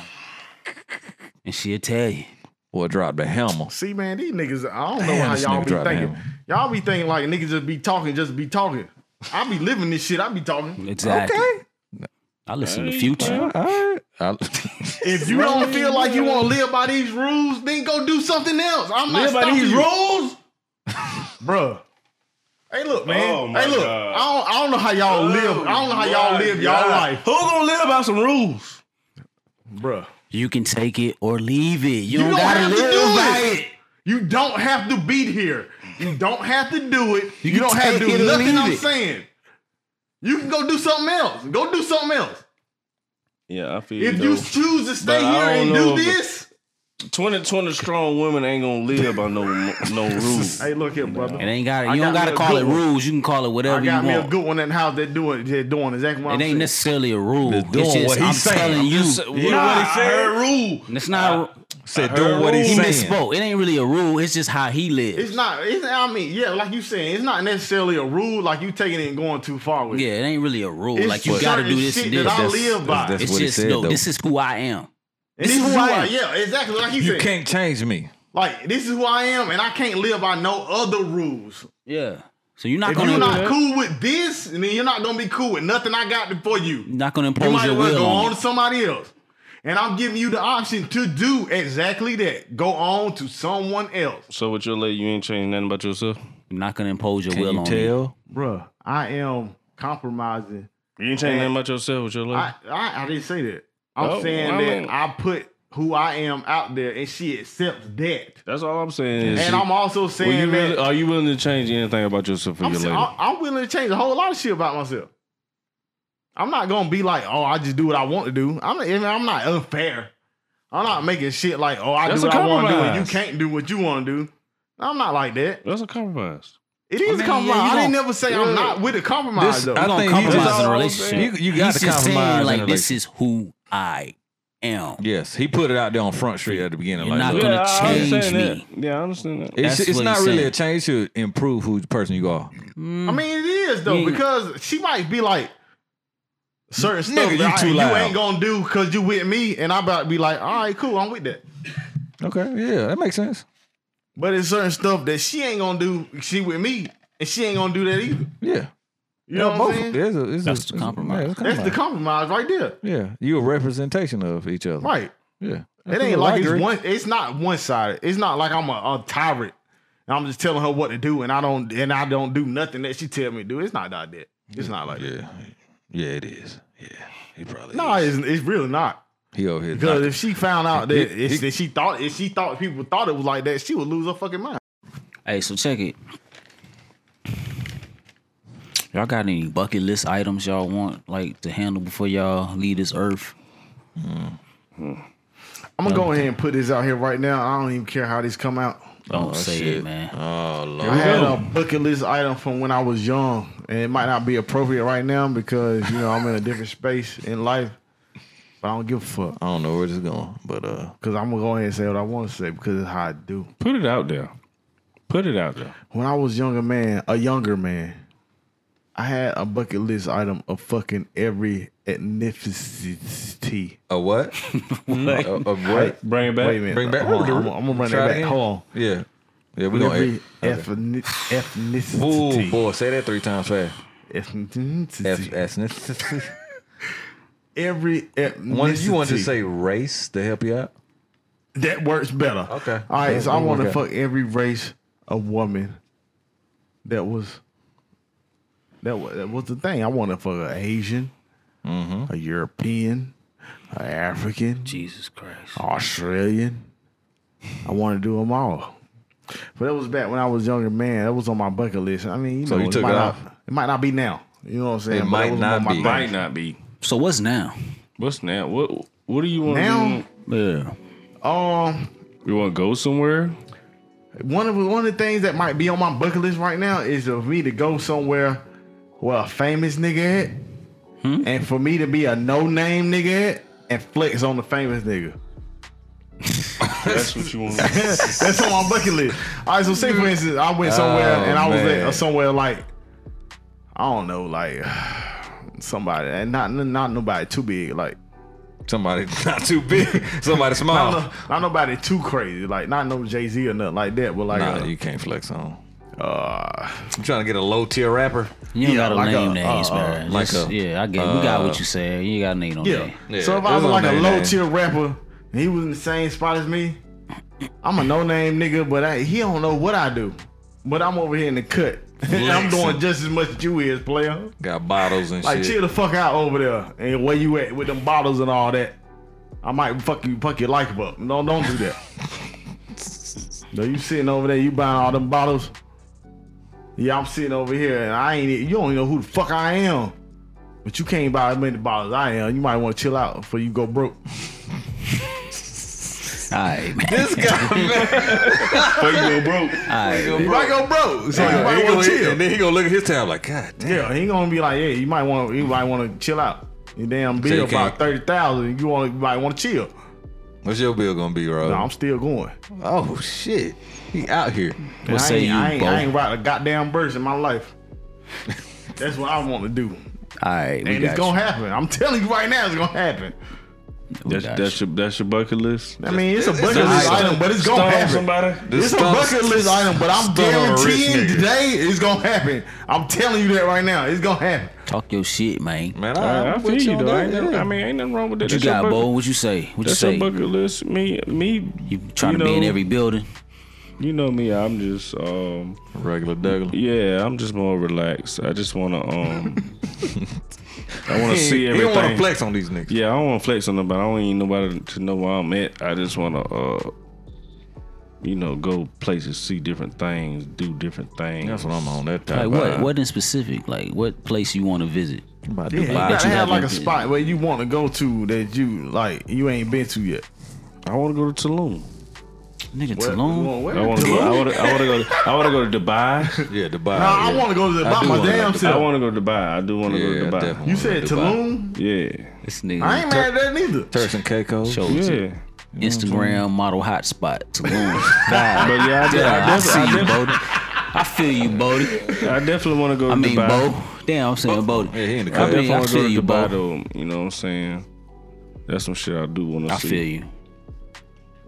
and she'll tell you. Boy, drop the hammer. See, man, these niggas, I don't know Damn, how this y'all nigga be dropped thinking. that one. Y'all be thinking like niggas just be talking, just be talking. I be living this shit. I be talking. Exactly. I listen to Future. All right. I, If you don't feel like you want to live by these rules, then go do something else. I'm not Live by stopping these you. rules. bruh. Hey, look, man. Oh, my hey, look. God. Oh I don't, I don't know how y'all live. I don't know how y'all live y'all life, Who gonna live by some rules? bruh. You can take it or leave it. You, You don't, don't gotta have to live do by it. it. You don't have to be here. You don't have to do it. You, can don't have to take it do or nothing. leave I'm it. saying. You can go do something else. Go do something else. Yeah, I feel If though. you choose to stay But I here and don't do know if- this, 20, 20 strong women ain't gonna live by no no rules. hey, look here, brother. It ain't got. I You don't got gotta me a call good it one. rules. You can call it I whatever you got me a want. good one in the house. They're doing, they're doing exactly what It I'm ain't saying. necessarily a rule. Just doing It's just what I'm he's saying. telling I'm you. Just- what, what he said? Rule. It's not. said, do what he he's saying. misspoke. It ain't really a rule. It's just how he lives. It's not. It's, I mean, yeah, like you saying, it's not necessarily a rule. Like you taking it and going too far with. it. Yeah, it ain't really a rule. It's like you gotta certain do this shit and this. that I That's- live by. that's- it's what he just said, no. though. This is who I am. And This is who I am. Yeah, exactly. Like you, You said. can't change me. Like this is who I am, and I can't live by no other rules. Yeah. So you're not If gonna you're not you're cool with this, then you're not gonna be cool with nothing I got for you. not gonna You impose might your as well will go on on me. to somebody else. And I'm giving you the option to do exactly that. Go on to someone else. So with your lady, you ain't changing nothing about yourself. I'm not gonna impose your Can will you on me. tell? Bruh, I am compromising. You ain't changing nothing about yourself with your lady. I, I, I didn't say that. I'm Oh, saying I that mean- I put who I am out there and she accepts that. That's all I'm saying. Is And you- I'm also will you saying really- that are you willing to change anything about yourself for I'm, your s- lady? I- I'm willing to change a whole lot of shit about myself. I'm not gonna be like, oh, I just do what I want to do. I'm not, I mean, I'm not unfair. I'm not making shit like, oh, I That's do a what I want to do and you compromise. can't do what you want to do. I'm not like that. That's a compromise. It is mean, a compromise. Oh, yeah, you I didn't don't- never say I'm not with a compromise This- though. I You gonna think he compromise just- in a relationship. You- you got He's to just saying, compromise in a like this is who I am. Yes, he put it out there on Front Street at the beginning. You're like, not look, gonna I understand change me. That. Yeah, I understand that. it's, That's it's what not he's really saying. a change to improve who the person you are. Mm. I mean, it is though Yeah. because she might be like certain Nigga, stuff you that I- too loud. ain't gonna do because you with me, and I about to be like, all right, cool, I'm with that. Okay, yeah, that makes sense. But it's certain stuff that she ain't gonna do. She with me, and she ain't gonna do that either. Yeah, You know what I'm saying? There's a, That's it's a, the it's a- compromise. yeah, it's a That's the compromise right there. Yeah, you a representation of each other. Right. Yeah. It ain't like it's one. It's not one sided. It's not like I'm a, a tyrant. And I'm just telling her what to do, and I don't and I don't do nothing that she tell me to do. It's not like that. It's not like that. Yeah. Yeah, it is. Yeah. He probably No, is. it's, it's really not. he over here. Because knocking. if she found out that, He- it's, he- that she thought if she thought people thought it was like that, she would lose her fucking mind. Hey, so check it. Y'all got any bucket list items y'all want like to handle before y'all leave this earth? I'm gonna go ahead and put this out here right now. I don't even care how this come out. Don't Oh, say shit. it, man. Oh I Lord. had a bucket list item from when I was young, and it might not be appropriate right now because you know I'm in a different space in life. But I don't give a fuck. I don't know where this is going, but uh Because I'm going to go ahead and say what I want to say because it's how I do. Put it out there. Put it out there. When I was younger man, a younger man, I had a bucket list item of fucking every ethnicity. a what? Like, a, a what? Bring it back. Wait a minute. Bring back- Hold on. I'm, gonna- I'm going to run Try it that back. again. Hold Yeah. Yeah, we gonna on. Every edit. Okay. ethni- Ooh, ethnicity. boy, say that three times fast. F- Ethnicity. ethnicity. Every ethnicity. One, you want to say race to help you out? That works better. Okay. All right. That- so I that want to work out. fuck every race of woman that was that was that was the thing. I want to fuck an Asian, Mm-hmm. a European, an African, Jesus Christ. Oh. Australian. I want to do them all. But that was back when I was younger, man. That was on my bucket list. I mean, you So know, you took might it not- off? It might not be now. You know what I'm saying? But that might was on not my be. thing. Might not be. So what's now? What's now? What What do you want? Now? to Yeah. Um, do? You want to go somewhere? One of one of the things that might be on my bucket list right now is for me to go somewhere where a famous nigga at, Hmm? and for me to be a no name nigga at, and flex on the famous nigga. That's what you want. to do. That's on my bucket list. All right, so say for instance, I went somewhere Oh, and I was man. at, uh, somewhere like I don't know, like somebody, and not not nobody too big, like Somebody not too big. Somebody small. not, no- not nobody too crazy, like not no Jay Z or nothing like that, but like Nah, uh, you can't flex on. uh, I'm trying to get a low tier rapper. You ain't Yeah, gotta like name a- names, uh, man. like Just- a- yeah, I get we got what you said. You ain't gotta name no Yeah. name. so if I there's was no like a name low name. tier rapper and he was in the same spot as me, I'm a no name nigga, but I, he don't know what I do. But I'm over here in the cut. and I'm doing Flexing. just as much as you is, player. got bottles and Like shit. chill the fuck out over there and where you at with them bottles and all that. I might fuck you, fuck your life up. No, don't do that. no, you sitting over there, you buying all them bottles. Yeah, I'm sitting over here and I ain't. You don't even know who the fuck I am. But you can't buy as many bottles I am. You might want to chill out before you go broke. All right, man. This guy, man. Before you go broke. You might go broke, so you might he want gonna, to chill. and then he gonna look at his tab like, God damn. Yeah, he gonna be like, yeah, you might want, you might want to chill out. Your damn you bill can't- about thirty thousand. You want, you might want to chill. What's your bill gonna be, Rob? No, I'm still going. oh shit, he out here. What I say ain't, you, I ain't, Bo? I ain't rocked a goddamn verse in my life. That's what I want to do, All right, we and it's got gonna happen. I'm telling you right now, it's gonna happen. you. We That's got that's your that's your bucket list. I mean, it's a bucket it's list a- item, but it's gonna Stone happen. somebody. It's a Stone- bucket list item, but I'm stone on a rich guaranteeing nigga. today it's gonna happen. I'm telling you that right now, it's gonna happen. you. Talk your shit, man. Man, I, I, I I'm feel with you you though. I, though. ain't never, I mean, ain't nothing wrong with that. What you That's your got, bucket- Bo? What you say? What you That's say? your bucket list. Me, me. You trying to know, be in every building? You know me. I'm just, um, Regular Douglas. yeah. I'm just more relaxed. I just want to, um, I want to see He don't want to everything. flex on these niggas. Yeah, I don't want to flex on nobody. I don't need nobody to know where I'm at. I just want to, uh, you know, go places, see different things, do different things. That's what I'm on. That Like type. vibe. what? What in specific? Like what place you want to visit? Yeah, you Why gotta you have like a haven't- spot where you want to go to that you like you ain't been to yet. I want to go to Tulum. Nigga, Where- Tulum. where- I want to go. I want to. I want to go. I want to go to Dubai. Yeah, Dubai. Nah, I want to go to I Dubai do my wanna damn go I self. want to go to Dubai. I do want to Yeah, I go to Dubai. definitely You wanna go said to Dubai. Tulum? Yeah. This nigga I ain't mad at that neither. Turks and Caicos. shows it. Yeah. Instagram model hotspot. Tulum. God, But yeah, I, de- I, I see you, definitely, I, Bodie. I feel you, Bodie. def- I definitely want to go to I mean, Dubai. Bo. Damn, I'm saying Bodie. Oh, Yeah, he in the I I cut. mean, definitely I want to go feel to you, Dubai, Bo. though. You know what I'm saying? That's some shit I do want to I see. feel you.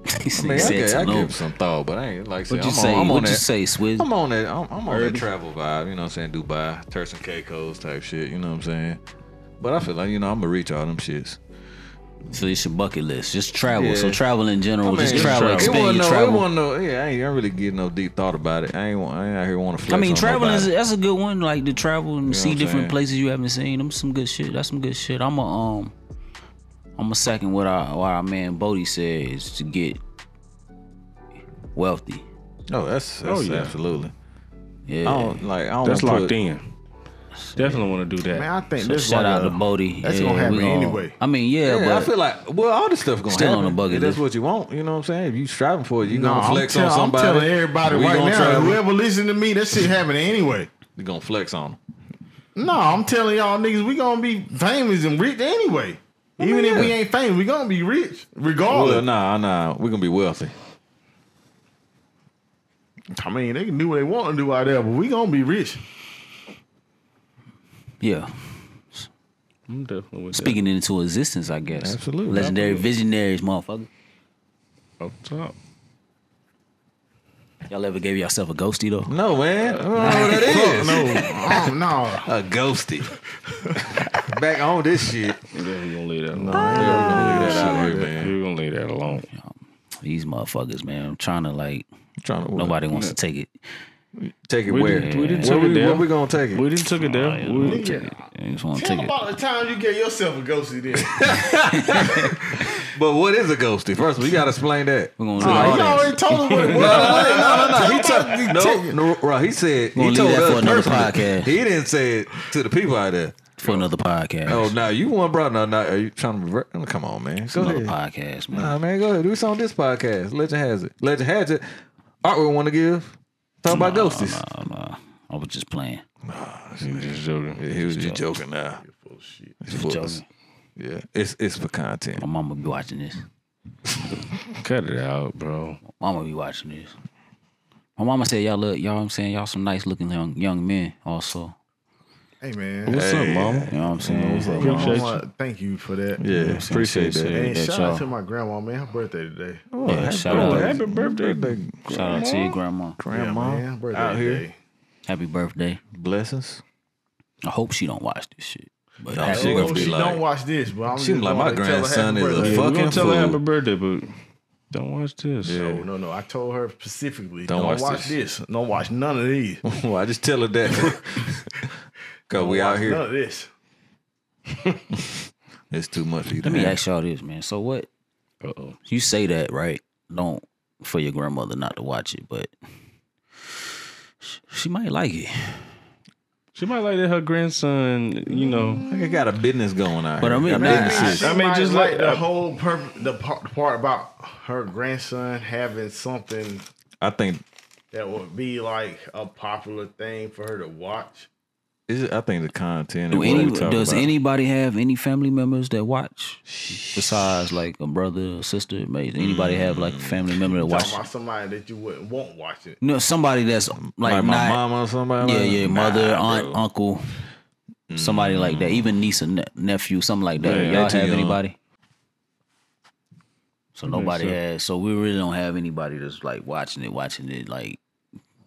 He I mean, said okay, I give it Tulum. some thought, but I ain't like. I said, What you I'm say? On, I'm on What you that. say, Swizz? I'm on that. I'm, I'm on that travel vibe. You know what I'm saying? Dubai, Turks and Caicos type shit. You know what I'm saying? But I feel like you know I'm gonna reach all them shits. So it's your bucket list. Just travel. So Yeah. travel in general. I mean, just travel. It Expand wasn't your no, It travel. wasn't no, yeah, I ain't, I ain't really getting no deep thought about it. I ain't, want- I ain't out here want to flex. I mean, on traveling is nobody. that's a good one. Like to travel and know see what I'm different saying? places you haven't seen. Them some good shit. That's some good shit. I'm a um, I'm a second what our what our man Bodie said is to get wealthy. Oh, that's, that's Oh, yeah. absolutely. Yeah. I don't like. I don't That's wanna locked put, in. Definitely want to do that. Man, I think So this shout like out to a- Bodie. That's Yeah, gonna happen we gonna- anyway. I mean, yeah, Yeah, but I feel like well, all this stuff gonna Still on the happen. bucket If that's list. what you want. You know what I'm saying? If you striving for it, you No, gonna I'm, flex tell- on I'm somebody. telling everybody We right gonna now. travel. Whoever listen to me, that shit happening anyway. You gonna flex on them. No, I'm telling y'all niggas, we gonna be famous and rich anyway. Even if yeah. we ain't famous, we gonna be rich regardless. Well, nah, nah, we gonna be wealthy. I mean, they can do what they want to do out there, but we gonna be rich. yeah. I'm definitely with Speaking into existence, I guess. Absolutely. Legendary visionaries, motherfucker. that. Up top. Y'all ever gave yourself a ghosty though? No man, I don't know what that is. No, oh, no. A ghosty. Back on this shit. Yeah, we're gonna leave that alone. Leave that out here, man. We're gonna leave that alone. These motherfuckers, man. I'm trying to like Trying to nobody wants to take it. take it We where? didn't- we didn't where take it we, down. where we gonna take it? We didn't took it there. We- They just want to take Tell them it. about the time you gave yourself a ghosty then. But what is a ghosty? First of all, you gotta explain that. We're No, gonna Nah, leave you it. already told him what it was. no, no, no. He Tell told them about the- no, no, right. He said We'll he leave told that us for another personally. podcast. He didn't say it to the people out there. for another podcast. Oh, now you want brought no, no. Are you trying to revert? oh, Come on, man. Go another ahead. podcast, man. Nah, man, go ahead. Do this on this podcast. Legend has it. Legend has it. Art we want to give. Talk about ghosties. Um, uh, I was just playing. I'm just joking. Yeah, he was just joking now. It's for us. Joking. Yeah, it's it's for content. My mama be watching this. Cut it out, bro. Mama be watching this. My mama said, "Y'all look, y'all. I'm saying y'all some nice looking young young men. Also, Hey man, What's up, mama? you know what I'm saying. Appreciate Mama, thank you for that. Yeah, appreciate Sincere, that. And that shout y'all- out to my grandma, man. Her birthday today. Oh, Yeah, happy shout birthday. out. Happy birthday, shout out to your grandma. grandma. man, her birthday out here. today. Happy birthday. Blessings. I hope she don't watch this shit. But Nah, happy She gonna Oh, birthday. be she like- don't watch this, but I'm She just be like, gonna my tell her happy grandson is a birthday. Yeah, we're Fucking gonna tell her happy fool. birthday, but don't watch this. No, no, no. I told her specifically, Don't don't, watch watch, this. Don't watch none of these. Well, I just tell her that. Cause we out None here. of this. It's too much for you to Let me handle. ask y'all this, man. So what? Uh oh. You say that right? Don't for your grandmother not to watch it, but sh- she might like it. She might like that her grandson, you know. I got a business going out But here. I mean, Got not- business shit. She I mean, might just like, like- the whole purpose, the part, the part about her grandson having something I think that would be like a popular thing for her to watch. is it, I think the content. Do and what any, we talk does about. anybody have any family members that watch besides like a brother or sister? Maybe anybody have like a family member Mm. that watch? Talking about somebody that you wouldn't want watching. No, somebody that's like, like, not. my mama or somebody? yeah, like- yeah, mother, Nah, aunt, bro. uncle, somebody like that. Even niece and ne- nephew, something like that. Yeah, Y'all they too have young. anybody? So nobody so. has. So we really don't have anybody that's like watching it, watching it like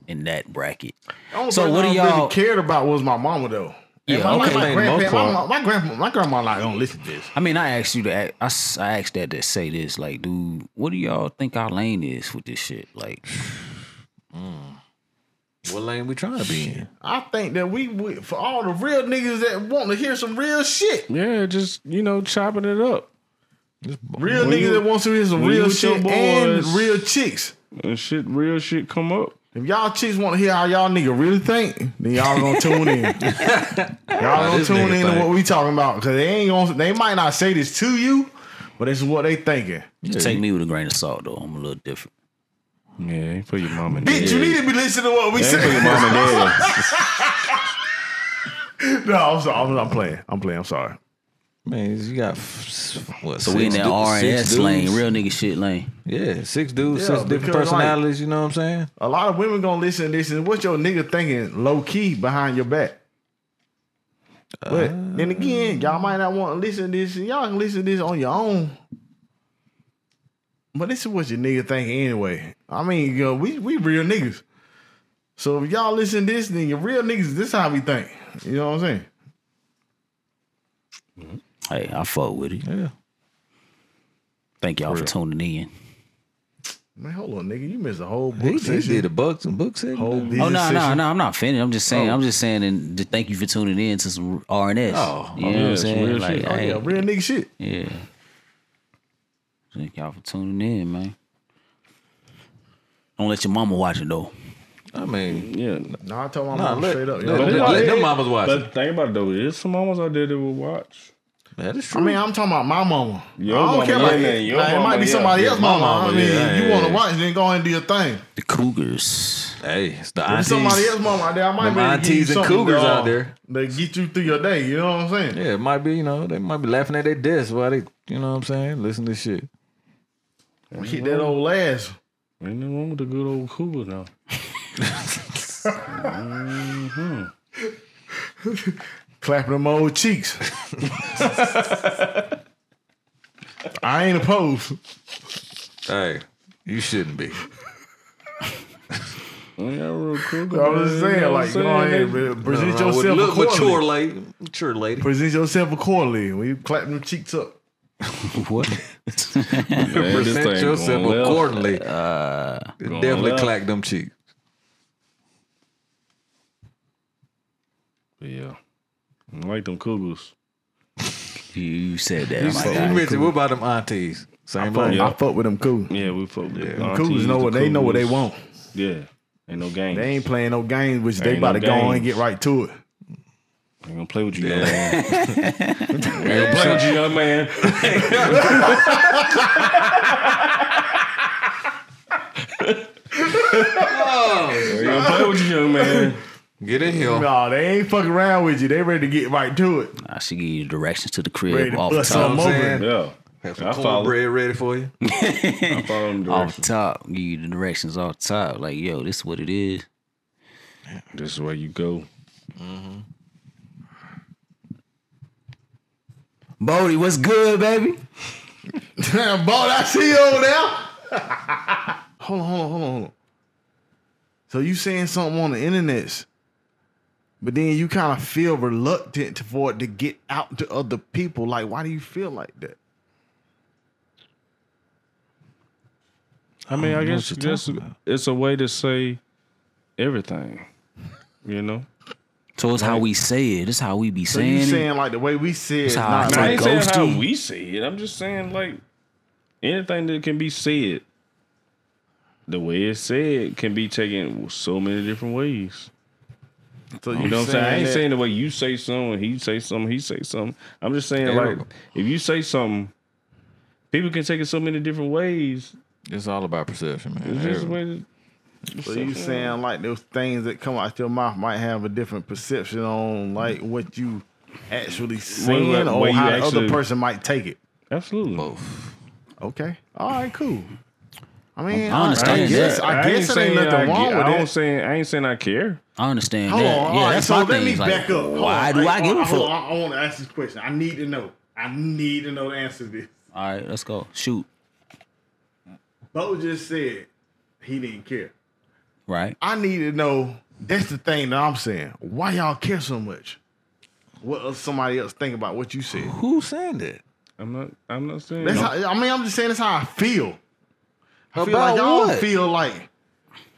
in that bracket. The only So person what I do y'all- really cared about was my mama though. And Yeah, my, okay. My, Man, my, grandpa, most my, part. my grandpa, my grandma like don't listen to this. I mean, I asked you to. Ask, I s- I, asked that to say this. Like, dude, what do y'all think our lane is with this shit? Like, What lane we trying to be in? I think that we, we for all the real niggas that want to hear some real shit, Yeah, just you know, chopping it up real When niggas you- that wants to hear some when you real with your shit and boys- real chicks. and shit. Real shit come up. If y'all chicks want to hear how y'all nigga really think, then y'all gonna tune in. y'all gonna this tune nigga in to think. what we talking about because they ain't gonna. They might not say this to you, but this is what they thinking. you take me with a grain of salt, though. I'm a little different. Yeah, ain't for your mom and dad. Bitch, you need to be listening to what we Ain't for your say. mom and dad. no, I'm sorry. I'm, I'm playing. I'm playing. I'm sorry. Man, you got f- what? So we in six that du- R and six S lane, dudes? real nigga shit lane. Yeah, six dudes, Yeah, six different because, like- personalities. you know what I'm saying? A lot of women gonna listen to this and what your nigga thinking low key behind your back. But Uh. then again, y'all might not want to listen to this. and Y'all can listen to this on your own. But this is what your nigga thinking anyway. I mean, you know, we we real niggas. So if y'all listen to this, then your real niggas, this how we think. You know what I'm saying? Hey, I fuck with it. Yeah. Thank y'all for tuning in. Man, hold on, nigga. You missed a whole book He, he session. did a book, some book segment. whole business Oh no, no, session. no! I'm not finished. I'm just saying. I'm just saying, and to thank you for tuning in to some R and S. Oh, you know what yeah, I'm some saying? real Like, shit. Oh, hey, yeah, real nigga shit. yeah. Thank y'all for tuning in, man. Don't let your mama watch it though. I mean, Yeah. No, I told my Nah, mom let- straight up. you let- know? let- But- them mamas watch But the thing about it though, there's some mamas out there that will watch. that is true. I mean, I'm talking about my mama. Your I don't mama, care yeah, about yeah, it. your Like, it might mama, be yeah. somebody Yeah, else's my mama. I mama, mean, yeah, you yeah, want to yeah. watch, then go and do your thing. The Cougars. hey, it's the If aunties. somebody else mama out there, I might Them be able to give you aunties and something cougars to, uh, out there. to get you through your day. You know what I'm saying? Yeah, it might be. You know, they might be laughing at their desk while they, you know, what I'm saying, listen to shit. Hit that old ass. Ain't nothing wrong with the good old cougar now. Clapping them old cheeks. I ain't opposed. Hey, you shouldn't be. Ain't that real cougar? I'm just man? saying, like, You go know what I'm ahead, saying? man. present Nah, yourself look mature, accordingly. lady. Mature lady. Present yourself accordingly when you clapping them cheeks up. What? Man, this thing Present going yourself left. Uh, accordingly. Going Definitely left. clack them cheeks. Yeah. I like them cougars. you, you said that. You I'm like, said- all you right, mentioned cool. what about them aunties? Same Fuck, thing. yeah. I fuck with them cool. Yeah, we fuck with the Cougars aunties, know the what they know what they cougars. want. Yeah. Ain't no game. They They ain't ain't playing no games, which they Ain't about no to go on games. and get right to it. gonna play with you, young man. Yeah, Ain't gonna play with you, young man. Ain't gonna play with you, young man. Get in here. No, they ain't fucking around with you. They ready to get right to it. I should give you directions to the Ready crib to off the bust top. some I'm over. saying. Yeah. Have I some follow. cornbread ready for you. I follow them Off the directions. top, give you the directions off the top. Like, yo, this is what it is. This is where you go. Bodie, what's good, baby? Damn, boy, I see you over there. hold on, hold on, hold on, hold on. So you saying something on the internet, but then you kind of feel reluctant to- for it to get out to other people. Like, why do you feel like that? I mean, I, guess that's, it's a way to say everything, you know? So it's how we say it. It's how we be So you saying, it. saying like the way we say it's how I not feel. Now, I like ain't saying how ghosting. we see it. I'm just saying, like, anything that can be said, the way it's said can be taken so many different ways. so You know what I'm saying? I ain't that- saying the way you say something, he say something, he say something. I'm just saying, Terrible. like, if you say something, people can take it so many different ways. It's all about perception, man. It's just Every- the way that- So you saying like those things that come out your mouth might have a different perception on like what you actually saying what- or what you how the actually- other person might take it. Absolutely. Okay. All right. Cool. I mean, I I, understand I guess that. I, guess ain't it ain't saying nothing I wrong get- I don't with it. saying I ain't saying I care. I understand Hold that. on. yeah, all right. that's So my let thing. me It's like, back up. Hold why on, do hey, I give hold a on, fuck? hold on, I want to ask this question. I need to know. I need to know the answer to this. All right, let's go. Shoot. Bo just said he didn't care. Right. I need to know. That's the thing that I'm saying. Why y'all care so much? What else somebody else think about what you said? Who's saying that? I'm not. I'm not saying. That's how, I mean, I'm just saying that's how I feel. I feel like y'all feel like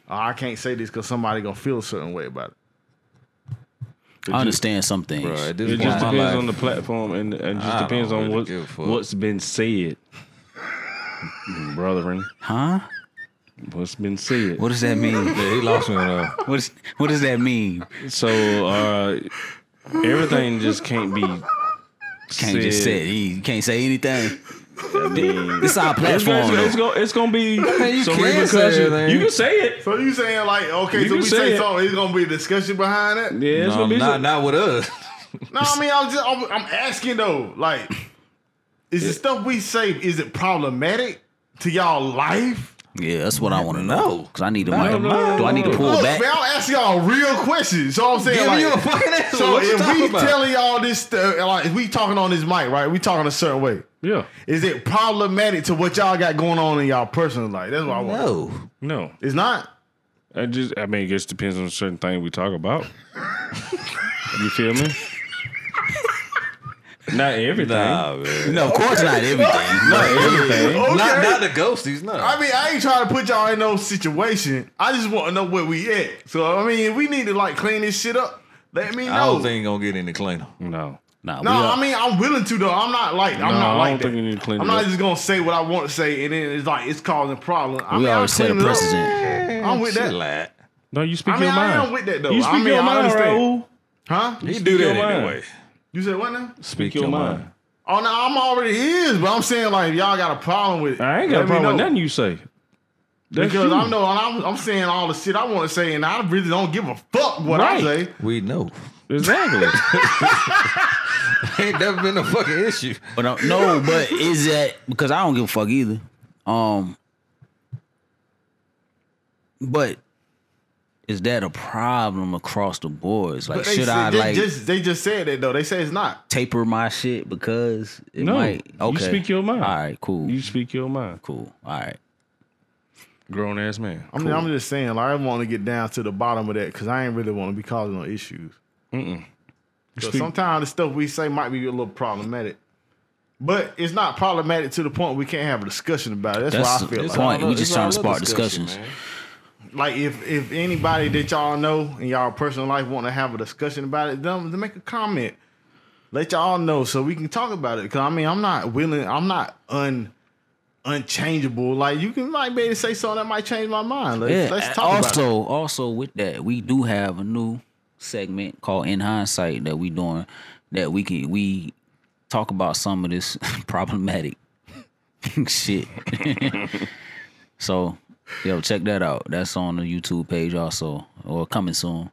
"Oh, I can't say this because somebody gonna feel a certain way about it. I understand some things. Bro, at this It point in just my depends life, on the platform, and and it I just don't depends on really what give a fuck. what's been said, brethren. Huh? What's been said. What does that mean? Yeah, he lost me on that. What, is, what does that mean? So uh, everything just can't be Can't just say it. You can't say anything. I mean, This our it's, platform. gonna, it's, though. gonna, it's gonna be you some can repercussions. say it, You man. can say it. So you saying like okay? You so can we say say it. something. It's gonna be a discussion behind that. Yeah, it's No, gonna be not some- not with us. No, I mean I'm just I'm, I'm asking though. Like, is the stuff we say is it problematic to y'all life? Yeah, that's what I want to know. No. Cause I need to. No, no, do I need to no. pull Look, back? man, I'm asking y'all real questions. So I'm saying Give like, you a fucking answer. so What you if talking we about? telling y'all this stuff, and, like if we talking on this mic, right? We talking a certain way. yeah, Is it problematic to what y'all got going on in y'all personal life? That's what I want. No. no. It's not. I just, I mean, it just depends on certain things we talk about. you feel me? not everything. Nah, man. No, of course not everything. Not everything. Okay. Not not the ghosties, no. I mean, I ain't trying to put y'all in no situation. I just want to know where we at. So I mean, if we need to like clean this shit up, let me know. I don't think gonna get any cleaner. No. Nah, No, we are- I mean I'm willing to though. I'm not like I'm No, not I like don't that. think you need to clean I'm it not up. just gonna say what I want to say and then it's like it's causing problem. I we mean, I'll already set a clean it up. precedent. I'm with that. Chillax. No, you speak I mean, your mind. I am with that though. You speak I mean, your I mind, understand. Raul. Huh? He Speak do that your mind. anyway. You said what now? Speak your mind. Oh no, I'm already is, but I'm saying like y'all got a problem with. it. I ain't got a Let me problem with know. nothing you say. That's Because you. I know I'm, I'm saying all the shit I want to say, and I really don't give a fuck what Right. I say. We know. Exactly. Ain't never been a fucking issue. But I, no, but is that because I don't give a fuck either. Um, but is that a problem across the board? It's like, But they should said- I they like Just, they just said that though. They say it's not. taper my shit because it No, might? you Okay, speak your mind. All right, cool, you speak your mind. cool. All right, Grown ass man. I mean, I'm just saying, like, I want to get down to the bottom of that because I ain't really want to be causing no issues. So Speak- sometimes the stuff we say might be a little problematic, but it's not problematic to the point we can't have a discussion about it. That's, that's what I feel the like. point. We It's just all trying to love spark discussion, discussions. man. Like if if anybody that y'all know in y'all personal life want to have a discussion about it, then then make a comment. Let y'all know so we can talk about it. Cause I mean, I'm not willing. I'm not un unchangeable. Like you can like maybe say something that might change my mind. Let's, Yeah. let's and talk about it. also, also with that, we do have a new segment called "In Hindsight" that we doing that we can we talk about some of this problematic shit. so, yo, check that out. That's on the YouTube page also, or coming soon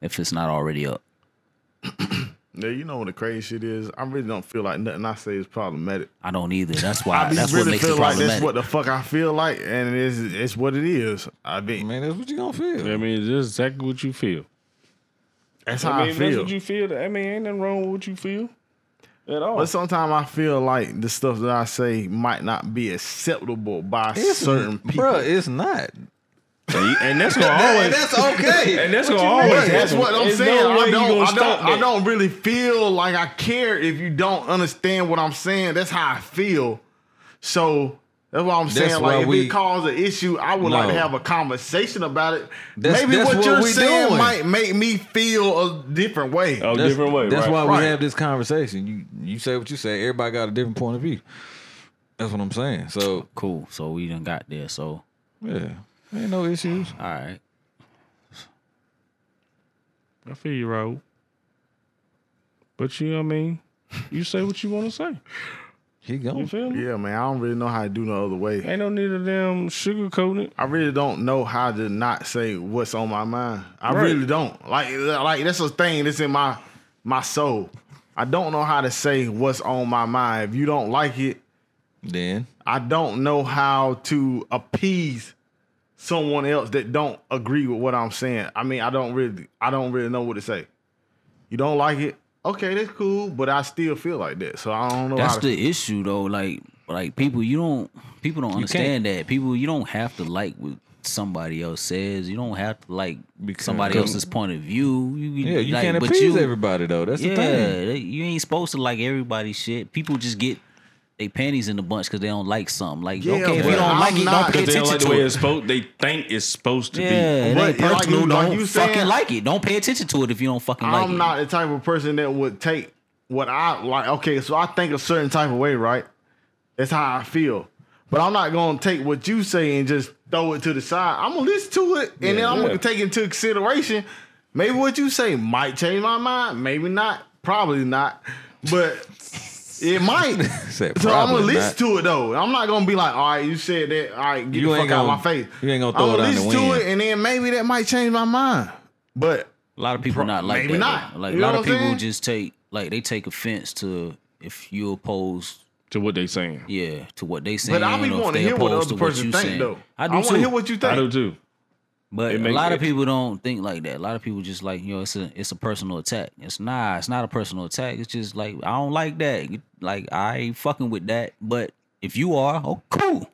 if it's not already up. Yeah, you know what the crazy shit is. I really don't feel like nothing I say is problematic. I don't either. That's I why. just that's really what makes feel it like problematic. that's what the fuck I feel like, and it's it's what it is. I mean, Man, that's what you gonna feel. I mean, it's just exactly what you feel. that's how I I, mean, that's feel. what you feel. I mean, ain't nothing wrong with what you feel at all. but sometimes I feel like the stuff that I say might not be acceptable by certain people. Bruh, it's not. and, you- and that's gonna always. that's okay. and that's gonna But always. that's happen. what I'm There's no saying. way I you don't, gonna I stop don't, I that. don't really feel like I care if you don't understand what I'm saying. That's how I feel. So that's why I'm saying. why like, if we- it caused an issue, I would like to No. have a conversation about it. That's- Maybe that's what, what you're we saying doing. Oh. might make me feel a different way. A Oh, different way. That's right. why Right. we have this conversation. You you say what you say. Everybody got a different point of view. That's what I'm saying. So cool. So we done got there. So yeah, ain't no issues. all right. I feel you, Raul. But you, know what I mean, you say what you want to say. He You gone. feel me? Yeah, man, I don't really know how to do no other way. Ain't no need of them sugarcoating. it. I really don't know how to not say what's on my mind. I Right. really don't. Like like that's a thing that's in my my soul. I don't know how to say what's on my mind. If you don't like it, Mm-hmm. Then I don't know how to appease someone else that don't agree with what I'm saying. I mean, I don't really I don't really know what to say. You don't like it? Okay, that's cool, but I still feel like that. So I don't know That's how to the issue though. Like like people you don't people don't understand that. People you don't have to like what somebody else says. You don't have to like Because- somebody else's point of view. You, yeah, you like, can't but appease you- everybody though. That's Yeah, the thing. they- you ain't supposed to like everybody's shit. People just get they panties in a bunch because they don't like something. Like Yeah, okay, if you but don't I'm like it, don't pay not- 'Cause They attention don't like the to way it. it's supposed. They think it's supposed to Yeah, be. it But ain't it's like personal. you- like don't you fucking saying- like it. Don't pay attention to it if you don't fucking like I'm it. not the type of person that would take what I like. Okay, so I think a certain type of way, right? That's how I feel. But I'm not gonna take what you say and just throw it to the side. I'm gonna listen to it and then I'm yeah. gonna take into consideration. Maybe what you say might change my mind. Maybe not. Probably not. But It might. Said so I'm gonna probably listen to it though. I'm not gonna be like, all right, you said that. All right, get You the fuck ain't out gonna- of my face. you ain't gonna throw I'm it out the listen to wind. it, and then maybe that might change my mind. But A lot of people not like maybe that. not. though. Like You a know lot of what I'm people saying? just take like they take offense to if you oppose to what they saying. yeah to what they saying. but I be or if wanting they to hear what the opposed other to what person you think saying. though. I do want too. to hear what you think. I do too. But It a makes- lot of it- people don't think like that. A lot of people just like you know it's a it's a personal attack. It's not it's not a personal attack. It's just like I don't like that. You- Like I ain't fucking with that. But if you are, oh cool,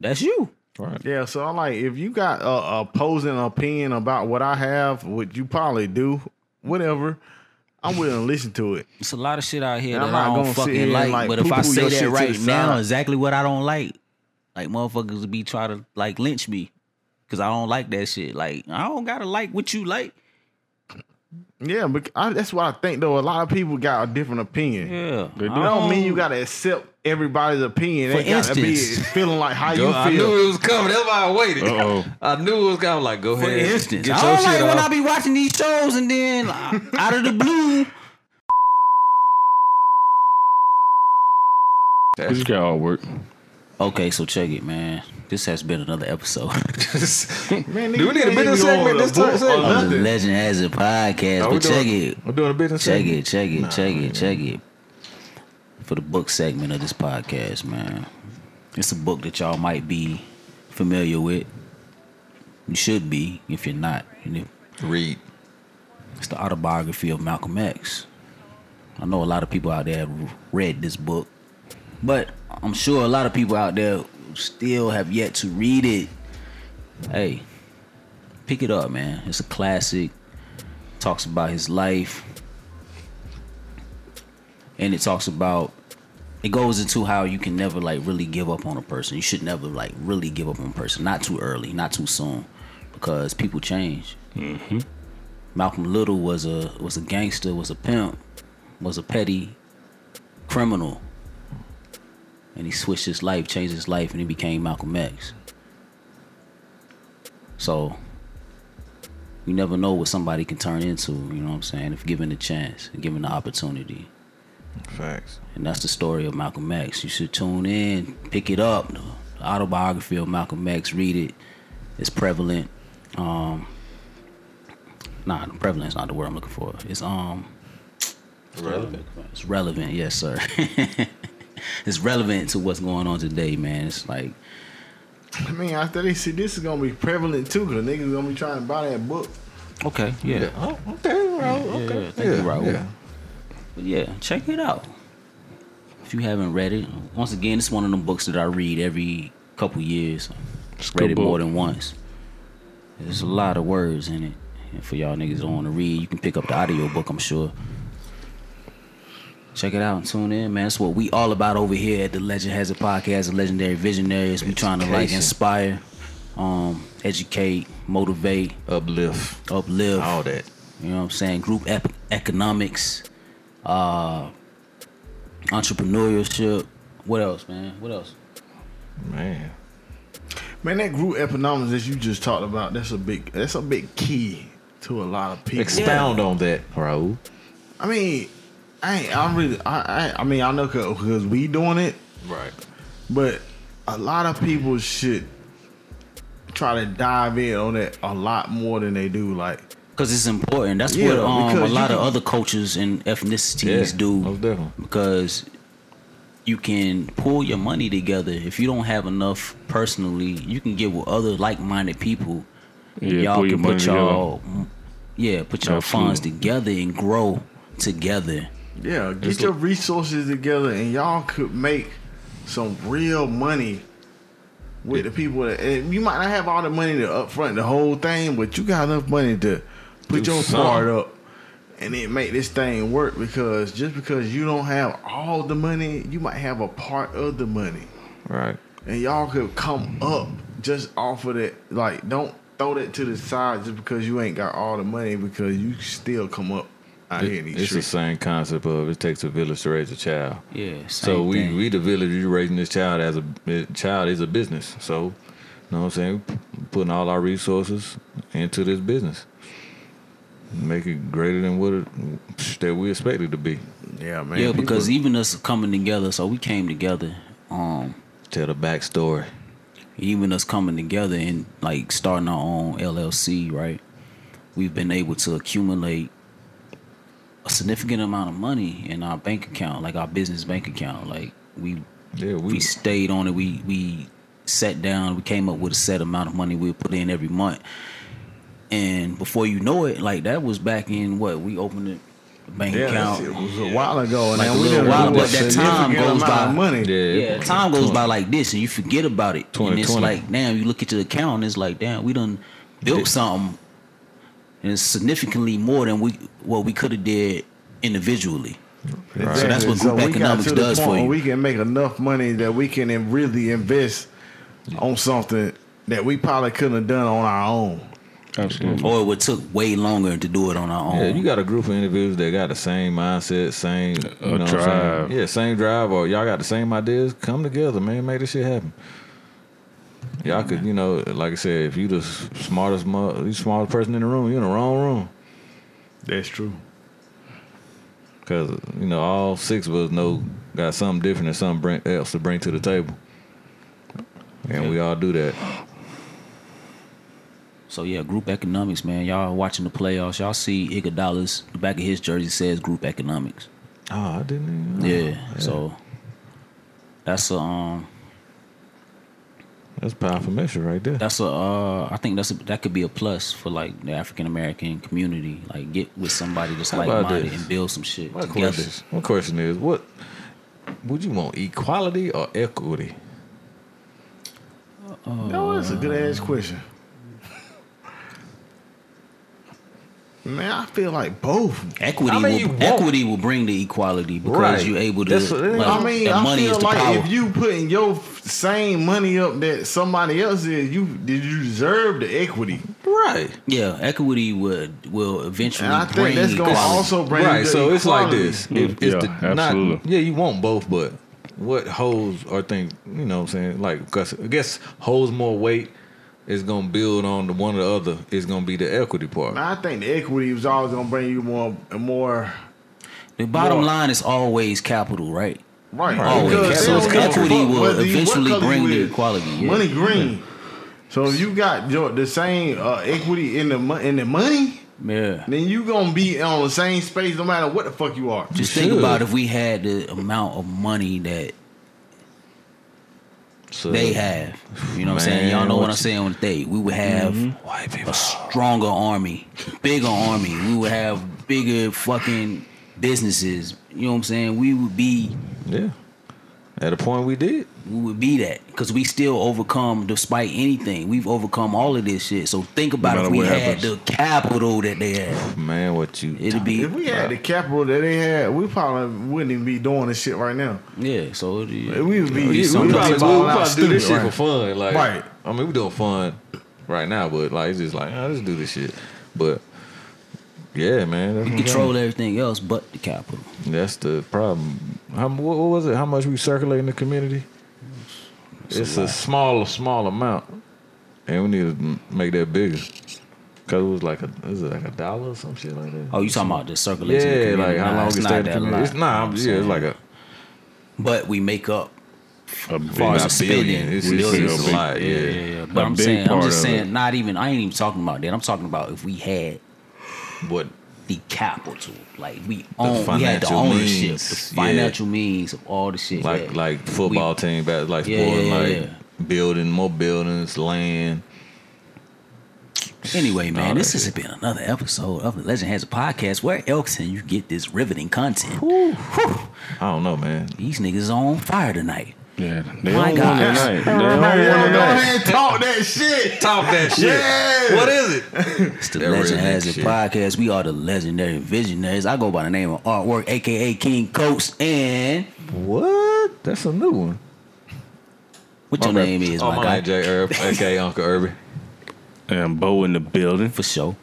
that's you. Right. Yeah, so I'm like, if you got a opposing opinion about what I have, what you probably do, whatever, I'm willing to listen to it. It's a lot of shit out here And I'm that I not don't gonna sit here fucking and, like, like, But if I poo-poo say your shit that to right the now, side. exactly what I don't like, like motherfuckers would be try to like lynch me because I don't like that shit. Like I don't gotta like what you like. Yeah, but I, that's what I think though. A lot of people got a different opinion. Yeah, Um, They do. It don't mean you gotta accept everybody's opinion. For They gotta be instance. feeling like how Yo, you I feel. knew it was coming. That's why I waited. Uh oh. I knew it was coming. Like, go For ahead. instance, get I your don't like shit when I off. be watching these shows and then uh, out of the blue. This guy all work. Okay, so check it, man. This has been another episode Man, Do we nigga, need a you ain't business even segment on this the time? book Segment? or of the nothing. Legend Has It podcast. Are we but check doing- it, We're doing a business. check segment? it, check it, check it, check it. For the book segment of this podcast, man, it's a book that y'all might be familiar with. You should be if you're not. And if- Read. It's the autobiography of Malcolm X. I know a lot of people out there have read this book, but I'm sure a lot of people out there still have yet to read it. Hey, pick it up, man. It's a classic. Talks about his life. And it talks about it goes into how you can never like really give up on a person. You should never like really give up on a person. Not too early, not too soon. Because people change. Malcolm Little was a was a gangster, was a pimp, was a petty criminal, and he switched his life, changed his life, and he became Malcolm X. So you never know what somebody can turn into. You know what I'm saying? If given the chance, and given the opportunity. Facts. And that's the story of Malcolm X. You should tune in, pick it up. The autobiography of Malcolm X, read it. It's prevalent. Um Nah, prevalent's not the word I'm looking for. It's um relevant. It's relevant, yes, sir. it's relevant to what's going on today, man. It's like I mean, after they see this is gonna be prevalent too, cause niggas gonna be trying to buy that book. Okay, yeah. Oh, okay, Raul. Okay. Yeah, thank you, Raul. But yeah, check it out. If you haven't read it, once again, it's one of them books that I read every couple years. It's a read good it more book. than once. There's a lot of words in it. And for y'all niggas that want to read, you can pick up the audio book, I'm sure. Check it out and tune in, man. That's what we all about over here at the Legend Has It Podcast, the Legendary Visionaries. We trying to like Education. inspire, um, educate, motivate, Uplift. uplift. All that. You know what I'm saying? Group ep- economics, uh, entrepreneurship. What else, man? What else? Man. Man, that group economics that you just talked about, that's a big that's a big key to a lot of people. Expound on that, Raul. I mean, I ain't, I really I, I I mean I know because we doing it, Right. but a lot of people should try to dive in on it a lot more than they do. Like Because it's important. That's Yeah, what um, a because you lot of can- other cultures and Yeah, ethnicities do. most definitely. Because you can pull your money together. If you don't have enough personally, you can get with other like-minded people. Yeah, y'all pull your can money put y'all, yeah, put your funds Absolutely. together and grow together. yeah, get your resources together and y'all could make some real money with the people that and you might not have all the money to upfront the whole thing, but you got enough money to put Do your something. part up and then make this thing work because just because you don't have all the money, you might have a part of the money. Right. and y'all could come up just off of that. Like, don't throw that to the side just because you ain't got all the money because you still come up out here in It- these it's the streets. same concept of it takes a village to raise a child. Yeah. So same we thing. we the village. You raising this child as a a child is a business. So, you know what I'm saying? We p- Putting all our resources into this business. make it greater than what it, that we expect it to be. Yeah, man. Yeah, people- because even us coming together, so we came together. Um, Tell the backstory. even us coming together and like starting our own LLC, right? We've been able to accumulate a significant amount of money in our bank account, like our business bank account. Like we Yeah, we, we stayed on it. We we sat down. We came up with a set amount of money we would put in every month. And before you know it, like that was back in what we opened it, a bank Yeah, that's- account. it was a while ago, and Like now a we little done while, blew but a that time significant goes amount of by. money. Yeah, time goes by like this, and you forget about it. And it's 2020. like, damn, you look at your account, and it's like, damn, we done built something, and it's significantly more than we what we could have did individually. So that's what Exactly. group we got economics to the does point for where you. We can make enough money that we can in- really invest on something that we probably couldn't have done on our own. Absolutely. or it would took way longer to do it on our own. Yeah, you got a group of individuals that got the same mindset, same you know what I'm saying? drive. Yeah, same drive, or y'all got the same ideas. Come together, man. Make this shit happen. Y'all could, you know, like I said, if you the s- smartest, mo- you smartest person in the room, you in the wrong room. That's true. Cause you know, all six of us know got something different and something bring, else to bring to the table, and we all do that. So yeah, group economics, man. Y'all watching the playoffs, y'all see Iguodala's the back of his jersey says group economics. Oh, I didn't. Even, Yeah, so that's a um, that's powerful measure right there. that's a uh, I think that's a, that could be a plus for like the African American community. Like get with somebody that's How like about minded this? and build some shit My together. question, my question is, what would you want, equality or equity? No, that's a good ass question. Man, I feel like both. Equity I mean, you will won't- equity will bring the equality because Right. you're able to. That's what- I like, I mean, that I money feel is the like power. if you putting your f- same money up that somebody else is, you did you deserve the equity? Right. yeah, equity would will eventually And I bring think that's going to equality. also bring right. the So it's like equality. this. If, Mm, Yeah, if the, absolutely. Not, yeah, you want both, but what holds or think, you know what I'm saying? Like, because I guess holds more weight is going to build on the one or the other is going to be the equity part. I think the equity was always going to bring you more more The bottom Right. line is always capital, right? right. Always. Because Oh, So they it's don't give a equity fuck will whether you- what eventually color bring you the is. equality, yeah. Money green. So if you got your, the same uh, equity in the mon- in the money, Yeah. then you gonna be on the same space no matter what the fuck you are. Just You think should. about if we had the amount of money that So they have. You know what I'm saying? Man, Y'all know what, I'm what you- saying on the day. We would have a stronger army, bigger army. We would have bigger fucking businesses. You know what I'm saying? We would be Yeah. At a point, we did. we would be that because we still overcome despite anything. We've overcome all of this shit. So think about matter if we what had happens. the capital that they had. Man, what you. It'd be If we had the capital that they had, we probably wouldn't even be doing this shit right now. yeah. So it'd, We would Oh, be, it'd we something. would probably, be we balling out probably do stupid. this shit right? for fun. Like, Right. I mean, we doing fun right now, but like, it's just like, I just do this shit. But yeah, man, that's what I'm control everything else but the capital. saying. That's the problem. How what, what was it? How much we circulate in the community? It's a, small, small amount, and we need to m- make that bigger. Cause it was like a, is it like a dollar or some shit like that? Oh, you talking about the circulation? in the yeah, community? like how Nah, long it's it not stayed in that the community? It's long. not. You know what I'm yeah, it's saying? like a But we make up A big- far It's as a the spending. billion. It's- it's- billions. it's a lot, yeah. But A I'm big saying, I'm part just of saying, it. not even. I ain't even talking about that. I'm talking about if we had what the capital, like we own, we had the financial ownership, means, the yeah. financial means of all the shit. yeah. like like football team, ba- like Yeah, sport, yeah, like yeah. building more buildings, land. Anyway, man, All this that has shit. been another episode of the Legend Has a Podcast. Where else can you get this riveting content? I don't know, man. These niggas on fire tonight. Yeah, they My don't God. want it tonight. They don't Go want it tonight. ahead and talk that shit. Talk that shit. Yeah. What is it? It's the That Legend redneck Has It shit. podcast. We are the legendary visionaries. I go by the name of Artwork, aka King Coates, and What? That's a new one. what your name is, oh, my, my guy. name J. Herb, aka Uncle Irby. And Bo in the building. For sure.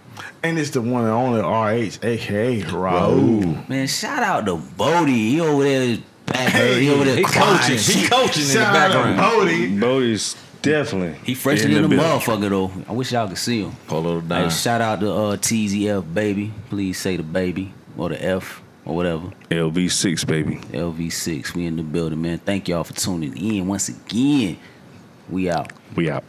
And it's the one and only RH, aka Raul. Man, shout out to Bodie. He over there back hurt. He over there He crying. coaching. He coaching in the background. Bodie. Bodie's Definitely. He fresher than In a the building. motherfucker though. I wish y'all could see him. Polo the Hey, dime. shout out to uh, TZF baby. Please say the baby or the F or whatever. LV6, baby. LV6. We in the building, man. Thank y'all for tuning in once again. We out. We out.